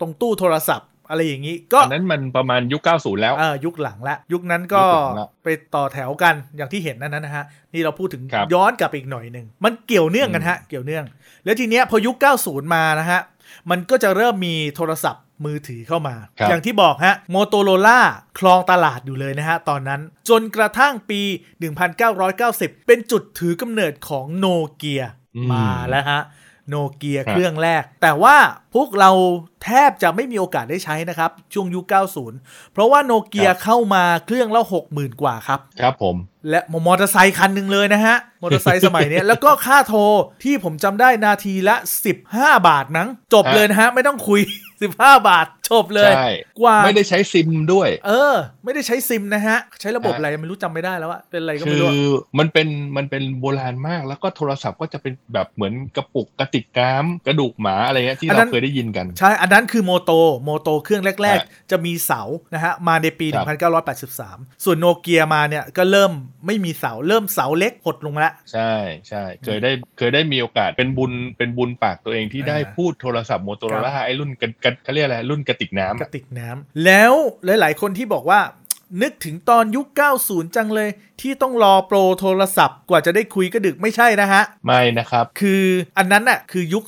Speaker 1: ตรงตู้โทรศัพท์ อะไรอย่างนี้ก็
Speaker 2: อันนั้นมันประมาณยุค 90 แล้ว
Speaker 1: เออยุคหลังละยุคนั้นก็
Speaker 2: ยุคหลังละ
Speaker 1: ไปต่อแถวกันอย่างที่เห็นนั่นนะฮะนี่เราพูดถึง
Speaker 2: ครับ
Speaker 1: ย้อนกลับไปอีกหน่อยหนึ่งมันเกี่ยวเนื่องกันฮะเกี่ยวเนื่อง แล้วทีเนี้ยพอยุค 90 มานะฮะมันก็จะเริ่มมีโทรศัพท์มือถือเข้ามา
Speaker 2: ครับ
Speaker 1: อย่างที่บอกฮะโมโตโรล่าคลองตลาดอยู่เลยนะฮะตอนนั้นจนกระทั่งปี 1990 เป็นจุดถือกำเนิดของโนเกีย
Speaker 2: อื
Speaker 1: มาแล้วฮะโนเกีย
Speaker 2: ครับ
Speaker 1: เครื่องแรก แต่ว่าพวกเราแทบจะไม่มีโอกาสได้ใช้นะครับ ช่วงยุค 90 เพราะว่าโนเกีย
Speaker 2: ครับ
Speaker 1: เข้ามาเครื่องละ60,000 กว่าครับ
Speaker 2: ครับผม
Speaker 1: และมอเตอร์ไซคันหนึ่งเลยนะฮะ มอเตอร์ไซค์สมัย เนี้ย แล้วก็ค่าโทรที่ผมจำได้นาทีละ 15 บาทมั้งจบ
Speaker 2: ฮะ
Speaker 1: เลยนะฮะ ไม่ต้องคุย 15 บาทจบเลย
Speaker 2: ใช่
Speaker 1: กว่า
Speaker 2: ไม่ได้ใช้ซิมด้วย
Speaker 1: เออ ไม่ได้ใช้ซิมนะฮะ ใช้ระบบ
Speaker 2: ฮะ
Speaker 1: อะไรไม่รู้จำไม่ได้แล้วอะเป็นอะไรก็
Speaker 2: คื
Speaker 1: ไม่
Speaker 2: อ
Speaker 1: รู้อะ
Speaker 2: มันเป็นมันเป็นโบราณมากแล้วก็โทรศัพท์ก็จะเป็นแบบเหมือนกระปุกกระติกน้ำกระดูกหมาอะไรเงี้ยที่เราเคยได้ยินกัน
Speaker 1: ใช่ อันนั้นคือโมโตโมโตเครื่องแรก
Speaker 2: ฮะ
Speaker 1: ๆ จะมีเสานะฮะ มาในปี
Speaker 2: ครับ
Speaker 1: 1983 ส่วนโนเกียมาเนี่ยก็เริ่มไม่มีเสาเริ่มเสาเล็กหดลงแล้ว
Speaker 2: ใช่ใช่เคยได้เคยได้มีโอกาสเป็นบุญเป็นบุญปากตัวเองที่ได้
Speaker 1: อ่า
Speaker 2: พูดโทรศัพท์โมโตโรล่าไอ้รุ่นกันกันเขาเรียกอะไรรุ่นกระติกน้ำ
Speaker 1: ก
Speaker 2: อะ
Speaker 1: ระติกน้ำแล้วหลาย ๆ คนที่บอกว่า นึกถึงตอนยุค 90 จังเลย ที่ต้องรอโปรโทรศัพท์กว่าจะได้คุยก็ดึกไม่ใช่นะฮะ
Speaker 2: ไม่นะครับ
Speaker 1: คืออันนั้นน่ะคือยุค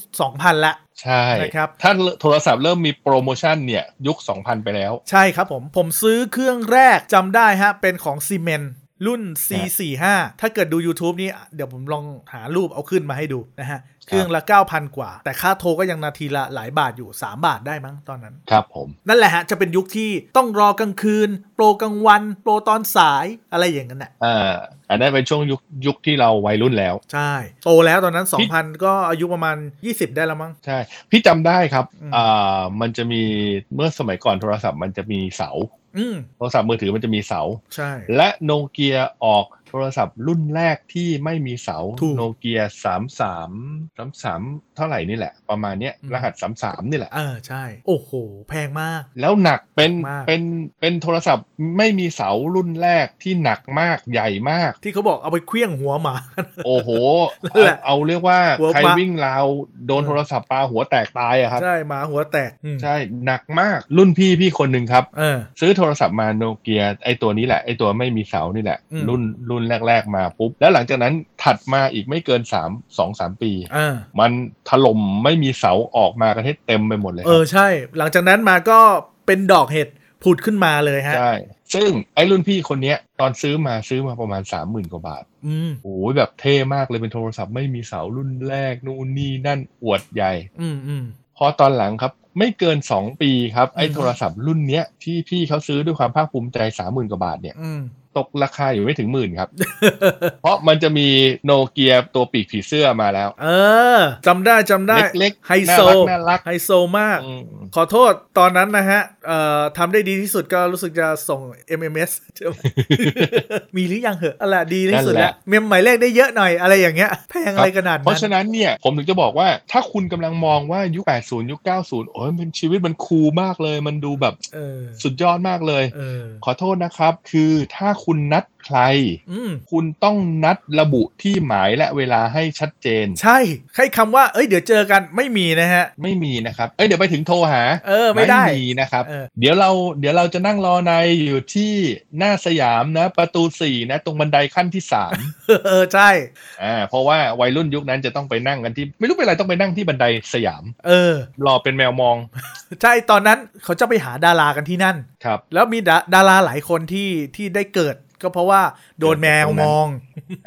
Speaker 1: 2000 ละ
Speaker 2: ใช่
Speaker 1: นะครับ
Speaker 2: ถ้าโทรศัพท์เริ่มมีโปรโมชั่นเนี่ยยุค 2000 ไปแล้ว
Speaker 1: ใช่ครับผม ผมซื้อเครื่องแรกจำได้ฮะ เป็นของซีเมนรุ่น C45 ถ้าเกิดดู YouTube นี่เดี๋ยวผมลองหารูปเอาขึ้นมาให้ดูนะฮะ เครื่องละ 9,000 กว่า แต่ค่าโทรก็ยังนาทีละหลายบาทอยู่ 3 บาทได้มั้งตอนนั้น
Speaker 2: ครับผม
Speaker 1: นั่นแหละฮะ จะเป็นยุคที่ต้องรอกลางคืน โปรกลางวัน โปรตอนสายอะไรอย่างนั้นน่ะ
Speaker 2: อ่าอันนั้นเป็นช่วงยุคยุคที่เราวัยรุ่นแล้ว
Speaker 1: ใช่ โตแล้วตอนนั้น 2,000 ก็อายุประมาณ 20 ได้แล้วมั้ง
Speaker 2: ใช่ พี่จำได้ครับ
Speaker 1: อืม
Speaker 2: อ่ามันจะมีเมื่อสมัยก่อนโทรศัพท์มันจะมีเสา
Speaker 1: อืม
Speaker 2: โทรศัพท์มือถือมันจะมีเสา
Speaker 1: ใช่
Speaker 2: และโนเกียออกโทรศัพท์รุ่นแรกที่ไม่มีเสา
Speaker 1: ถูก
Speaker 2: โนเกียสามสามสามสามเท่าไหร่นี่แหละ ประมาณเนี้ย
Speaker 1: อืม
Speaker 2: รหัสสามสามนี่แหละ
Speaker 1: เออใช่ โอ้โห แพงมาก
Speaker 2: แล้วหนักเป็น
Speaker 1: มาก
Speaker 2: เป็นเป็นโทรศัพท์ไม่มีเสารุ่นแรกที่หนักมากใหญ่มาก
Speaker 1: ที่เขาบอกเอาไปเคลี้ยงหัวหมา
Speaker 2: โอ้โห
Speaker 1: นั่นแหละ
Speaker 2: เอาเอาเรียกว่า
Speaker 1: หัว
Speaker 2: ใคร
Speaker 1: ปะ
Speaker 2: วิ่งราวโดนโทรศัพท์ปลาหัวแตกตายอะครับ
Speaker 1: ใช่หมาหัวแตกอืม
Speaker 2: ใช่หนักมากรุ่นพี่พี่คนหนึ่งครับ
Speaker 1: เออ
Speaker 2: ซื้อโทรศัพท์มาโนเกียไอตัวนี้แหละไอตัวไม่มีเสานี่แหละ
Speaker 1: อืม
Speaker 2: รุ่นรุ่นแรก ๆ มาปุ๊บ แล้วหลังจากนั้นถัดมาอีกไม่เกิน3 2 3 ปี
Speaker 1: เออ
Speaker 2: มันถล่มไม่มีเสาออกมากันให้เต็มไปหมดเลยค
Speaker 1: เอ
Speaker 2: รับ
Speaker 1: อใช่ หลังจากนั้นมาก็เป็นดอกเห็ด ผุดขึ้นมาเลยฮะ
Speaker 2: ใช่ซึ่งไอ้รุ่นพี่คนเนี้ยตอนซื้อมาซื้อมาประมาณสามหมื่นกว่าบาท
Speaker 1: อืม
Speaker 2: โอ้ยแบบเท่มากเลยเป็นโทรศัพท์ไม่มีเสารุ่นแรกนู่นนี่นั่นอวดใหญ่
Speaker 1: อืมอืม
Speaker 2: พอตอนหลังครับ ไม่เกิน 2 ปีครับ ไอ้
Speaker 1: อืม
Speaker 2: โทรศัพท์รุ่นเนี้ยที่พี่เขาซื้อด้วยความภาคภูมิใจ 30,000 กว่าบาทเนี่ย
Speaker 1: อืม
Speaker 2: ตกราคาอยู่ไม่ถึงหมื่น ครับ เพราะมันจะมีโนเกียตัวปีกผีเสื้อมาแล้ว
Speaker 1: เออจำได้จำได้
Speaker 2: เล็กๆ
Speaker 1: ไฮโซ
Speaker 2: น่ารักน่ารัก
Speaker 1: ไฮโซมาก
Speaker 2: อืม
Speaker 1: ขอโทษตอนนั้นนะฮะเอ่อทำได้ดีที่สุดก็รู้สึกจะส่ง MMS ใช่ไหม มีหรือยังเหอะอะไรดีที่สุดแล้วเมมหมายเลขได้เยอะหน่อยอะไรอย่างเงี้ยแพงอะไรขนาด
Speaker 2: เพ
Speaker 1: นั้
Speaker 2: ราะฉะ
Speaker 1: น
Speaker 2: นั้นเนี่ยผมถึงจะบอกว่าถ้าคุณกำลังมองว่ายุค 80 ยุค 90 โอ้ยมันชีวิตมันคูลมากเลย มันดูแบบ
Speaker 1: เออ
Speaker 2: สุดยอดมากเลย
Speaker 1: เออ
Speaker 2: ขอโทษนะครับ คือถ้าคุณนัดใคร
Speaker 1: อืม
Speaker 2: คุณต้องนัดระบุที่หมายและเวลาให้ชัดเจน
Speaker 1: ใช่ใครคำว่าเอ้ยเดี๋ยวเจอกันไม่มีนะฮะ
Speaker 2: ไม่มีนะครับ เอ้ยเดี๋ยวไปถึงโทรหา
Speaker 1: เออไม่ได้
Speaker 2: มีนะครับ
Speaker 1: เออ
Speaker 2: เดี๋ยวเราเดี๋ยวเราจะนั่งรอในอยู่ที่หน้าสยามนะ ประตูสี่นะ ตรงบันไดขั้นที่สาม
Speaker 1: เออใช่
Speaker 2: อ่าเพราะว่าวัยรุ่นยุคนั้นจะต้องไปนั่งกันที่ ไม่รู้เป็นไรต้องไปนั่งที่บันไดสยาม
Speaker 1: เออ
Speaker 2: รอเป็นแมวมอง
Speaker 1: ใช่ตอนนั้นเขาจะไปหาดารากันที่นั่น
Speaker 2: ครับ
Speaker 1: แล้วมีดาดาราหลายคนที่ที่ได้เกิดก็เพราะว่าโดนแมวมอง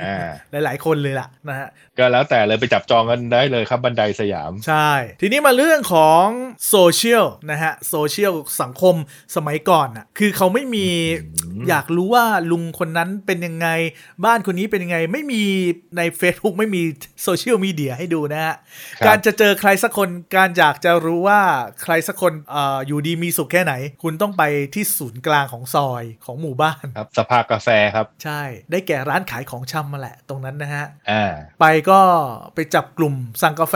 Speaker 2: อ่า
Speaker 1: หลาย ๆ คนเลยล่ะนะฮะ
Speaker 2: ก็แล้วแต่เลยไปจับจองกันได้เลยครับบันไดสยาม
Speaker 1: ใช่ ทีนี้มาเรื่องของโซเชียลนะฮะ โซเชียลสังคมสมัยก่อนน่ะ คือเขาไม่มีอยากรู้ว่าลุงคนนั้นเป็นยังไง บ้านคนนี้เป็นยังไง ไม่มีใน Facebook ไม่มีโซเชียลมีเดียให้ดูนะฮะ
Speaker 2: ครับ
Speaker 1: การจะเจอใครสักคน การอยากจะรู้ว่าใครสักคนเอออยู่ดีมีสุขแค่ไหน คุณต้องไปที่ศูนย์กลางของซอยของหมู่บ้าน
Speaker 2: ครับสภากาแฟครับ
Speaker 1: ใช่ ได้แก่ร้านขายของชำมาแหละ ตรงนั้นนะฮะ
Speaker 2: อ่า
Speaker 1: ไปก็ไปจับกลุ่มสั่งกาแฟ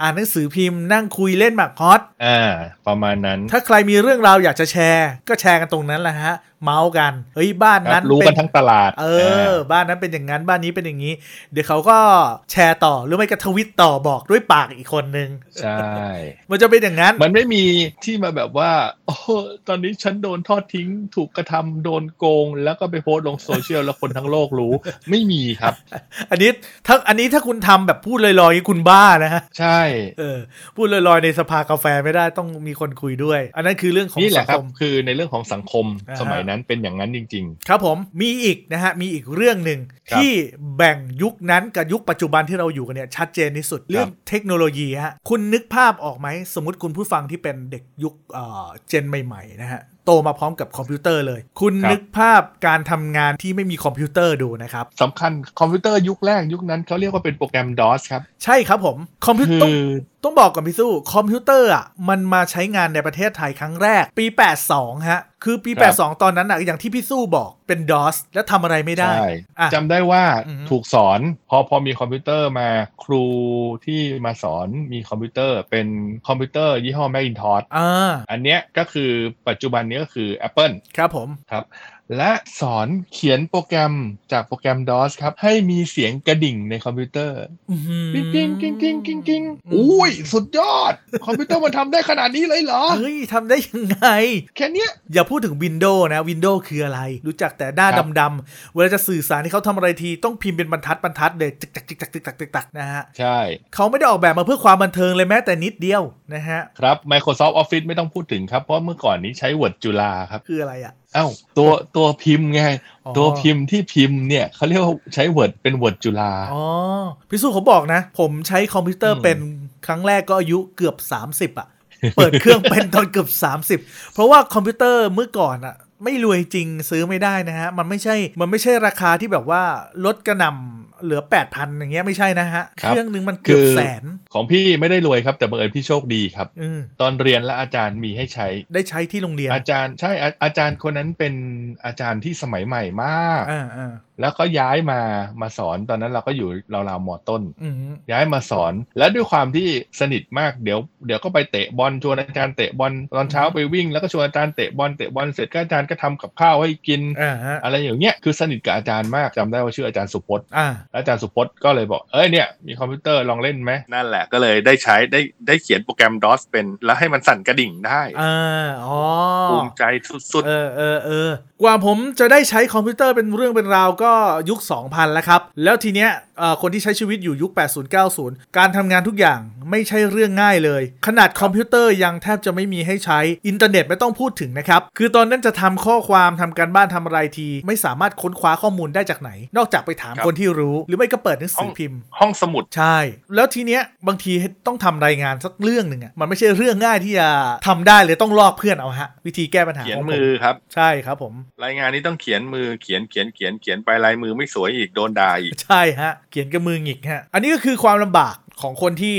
Speaker 1: อ่านหนังสือพิมพ์นั่งคุยเล่นหมากฮอต
Speaker 2: อ่าประมาณนั้น
Speaker 1: ถ้าใครมีเรื่องราวอยากจะแชร์ ก็แชร์กันตรงนั้นแหละฮะ เมาส์กัน เฮ้ยบ้าน
Speaker 2: ครั
Speaker 1: นั้
Speaker 2: บ
Speaker 1: น
Speaker 2: รู้
Speaker 1: เป็
Speaker 2: กันทั้งตลาด
Speaker 1: เออ บ้านนั้นเป็นอย่างนั้นบ้านนี้เป็นอย่างนี้ เดี๋ยวเขาก็แชร์ต่อหรือไม่ก็ทวิตต่อบอกด้วยปากอีกคนนึง
Speaker 2: าใช่
Speaker 1: มันจะเป็นอย่างนั้น
Speaker 2: มันไม่มีที่มาแบบว่า โอ้ตอนนี้ฉันโดนทอดทิ้ง ถูกกระทำโดนโกง แล้วก็ไปโพสต์ลงโซเชียล แล้วคนทั้งโลกรู้ ไม่มีครับ
Speaker 1: อันนี้ถ้าอันนี้ถ้าคุณทำแบบพูดลอยๆคุณบ้านะฮะ
Speaker 2: ใช่
Speaker 1: เออพูดลอยๆในสภากาแฟไม่ได้ต้องมีคนคุยด้วย อันนั้นคือเรื่องของ
Speaker 2: นี่แห
Speaker 1: สั
Speaker 2: ละ
Speaker 1: ง
Speaker 2: ครั
Speaker 1: ค
Speaker 2: บ
Speaker 1: ม
Speaker 2: คือในเรื่องของสังคม
Speaker 1: อ่าฮะ
Speaker 2: สมัยนั้นเป็นอย่างนั้นจริง
Speaker 1: ครับผมมีอีกนะฮะ มีอีกเรื่องหนึ่ง
Speaker 2: ครับ
Speaker 1: ที่แบ่งยุคนั้นกับยุคปัจจุบันที่เราอยู่กันเนี่ยชัดเจนที่สุดเรื่องเทคโนโลยีฮะ คุณนึกภาพออกไหม สมมติคุณผู้ฟังที่เป็นเด็กยุคเอ่อเจนใหม่ๆนะฮะ โตมาพร้อมกับคอมพิวเตอร์เลย คุณ
Speaker 2: ครับ
Speaker 1: นึกภาพการทำงานที่ไม่มีคอมพิวเตอร์ดูนะครับ
Speaker 2: ๆสำคัญคอมพิวเตอร์ยุคแรกยุคนั้นเขาเรียกว่าเป็นโปรแกรม DOS ครับ
Speaker 1: ใช่ครับผม คอมพิว
Speaker 2: คื
Speaker 1: ต้อง
Speaker 2: อ
Speaker 1: ต้องบอกก่อนพี่สู้ คอมพิวเตอร์อ่ะมันมาใช้งานในประเทศไทยครั้งแรก ปี 82 ฮะ คือปี
Speaker 2: ครับ
Speaker 1: 82 ตอนนั้นอ่ะอย่างที่พี่สู้บอกเป็น DOS และทำอะไรไม่ได้
Speaker 2: ใช่
Speaker 1: อ่ะ
Speaker 2: จำได้ว่า
Speaker 1: อือฮึ
Speaker 2: ถูกสอนพอพอมีคอมพิวเตอร์มาครูที่มาสอนมีคอมพิวเตอร์เป็นคอมพิวเตอร์ยี่ห้อ Macintosh
Speaker 1: อ่า
Speaker 2: อันเนี้ยก็คือปัจจุบันนี้ก็คือ Apple
Speaker 1: ครับผม
Speaker 2: ครับและสอนเขียนโปรแกรมจากโปรแกรม DOS ครับ ให้มีเสียงกระดิ่งในคอมพิวเตอร์กิ้งกิ้งกิ้งกิ้งกิ้งกิ้งอุ้ยสุดยอด คอมพิวเตอร์มันทำได้ขนาดนี้เลยเหรอ
Speaker 1: เฮ้ยทำได้ยังไง
Speaker 2: แค่เนี้ย
Speaker 1: อย่าพูดถึงวินโดว์นะวินโดว์คืออะไร รู้จักแต่หน้า
Speaker 2: ครับ
Speaker 1: ดำๆเวลาจะสื่อสารที่เขาทำอะไรที ต้องพิมพ์เป็นบรรทัดบรรทัดเลยตึกตักตึกตักตึกตักตึกตักนะฮะ
Speaker 2: ใช่
Speaker 1: เขาไม่ได้ออกแบบมาเพื่อความบันเทิงเลยแม้แต่นิดเดียวนะฮะ
Speaker 2: ครับ Microsoft Office ไม่ต้องพูดถึงครับ เพราะเมื่อก่อนนี้ใช้ Word จุฬาครับ
Speaker 1: คืออะไรอ่ะ
Speaker 2: เอ้าตัวตัวพิมพ์ไง
Speaker 1: อ๋อ
Speaker 2: ตัวพิมพ์ที่พิมพ์เนี่ยเขาเรียกว่าใช้ Word เป็น Word จุฬา
Speaker 1: อ๋อพี่สู้เขาบอกนะ ผมใช้คอมพิวเตอร์
Speaker 2: อืม
Speaker 1: เป็นครั้งแรกก็อายุเกือบ 30 อ่ะ เปิดเครื่องเป็นตอนเกือบ 30 เพราะว่าคอมพิวเตอร์เมื่อก่อนอ่ะ ไม่รวยจริงซื้อไม่ได้นะฮะ มันไม่ใช่ มันไม่ใช่ราคาที่แบบว่าลดกระหน่ำเหลือ 8,000 อย่างเงี้ยไม่ใช่นะฮะ เครื่องหนึงมันเกือบแสน
Speaker 2: ของพี่ไม่ได้รวยครับแต่บังเอิญพี่โชคดีครับ
Speaker 1: อืม
Speaker 2: ตอนเรียนและอาจารย์มีให้ใช้
Speaker 1: ได้ใช้ที่โรงเรียน
Speaker 2: อาจารย์ใช่อาอาจารย์คนนั้นเป็นอาจารย์ที่สมัยใหม่มาก
Speaker 1: อ่าอ่า
Speaker 2: แล้วก็ย้ายมามาสอนตอนนั้นเราก็อยู่ราวๆมอต้น
Speaker 1: อืม
Speaker 2: ย้ายมาสอน และด้วยความที่สนิทมากเดี๋ยวเดี๋ยวก็ไปเตะบอลชวนอาจารย์เตะบอลตอนเช้าไปวิ่งแล้วก็ชวนอาจารย์เตะบอลเตะบอลเสร็จก็อาจารย์ก็ทำกับข้าวให้กิน
Speaker 1: อ่าฮะ
Speaker 2: อะไรอย่างเงี้ยคือสนิทกับอาจารย์มากจำได้ว่าชื่ออาจารย์สุพจน์
Speaker 1: อ่า
Speaker 2: อาจารย์สุพจน์ก็เลยบอกเอ้ยเนี่ยมีคอมพิวเตอร์ลองเล่นไหม
Speaker 3: นั่นแหละก็เลยได้ใช้ได้ได้เขียนโปรแกรม DOS เป็นแล้วให้มันสั่นกระดิ่งได้
Speaker 1: อ่า อ๋อ
Speaker 3: ภูมิใจสุด
Speaker 1: เออเออเออกว่าผมจะได้ใช้คอมพิวเตอร์เป็นเรื่องเป็นราวก็ยุค 2000 แล้วครับ แล้วทีเนี้ย เอ่อคนที่ใช้ชีวิตอยู่ยุค 80-90 การทำงานทุกอย่างไม่ใช่เรื่องง่ายเลย ขนาดคอมพิวเตอร์ยังแทบจะไม่มีให้ใช้ อินเทอร์เน็ตไม่ต้องพูดถึงนะครับ คือตอนนั้นจะทำข้อความทำการบ้านทำอะไรที ไม่สามารถค้นคว้าข้อมูลได้จากไหน นอกจากไปถาม
Speaker 2: ครับ
Speaker 1: คนที่รู้ หรือไม่ก็เปิดหนังสือพิมพ์
Speaker 2: ห้องสมุด
Speaker 1: ใช่ แล้วทีเนี้ยบางทีต้องทำรายงานสักเรื่องหนึ่งอะมันไม่ใช่เรื่องง่ายที่จะทำได้เลยต้องลอกเพื่อนเอาฮะ วิธีแก้ปัญหา
Speaker 2: เขียน
Speaker 1: ขงผ
Speaker 2: มือครับ
Speaker 1: ใช่ครับผม
Speaker 2: รายงานนี้ต้องเขียนมือเขียนเขียนเขียนเขียนไปลายมือไม่สวยอีกโดนด่าอีก
Speaker 1: ใช่ฮะ เขียนกับมือหงิกฮะ อันนี้ก็คือความลำบากของคนที่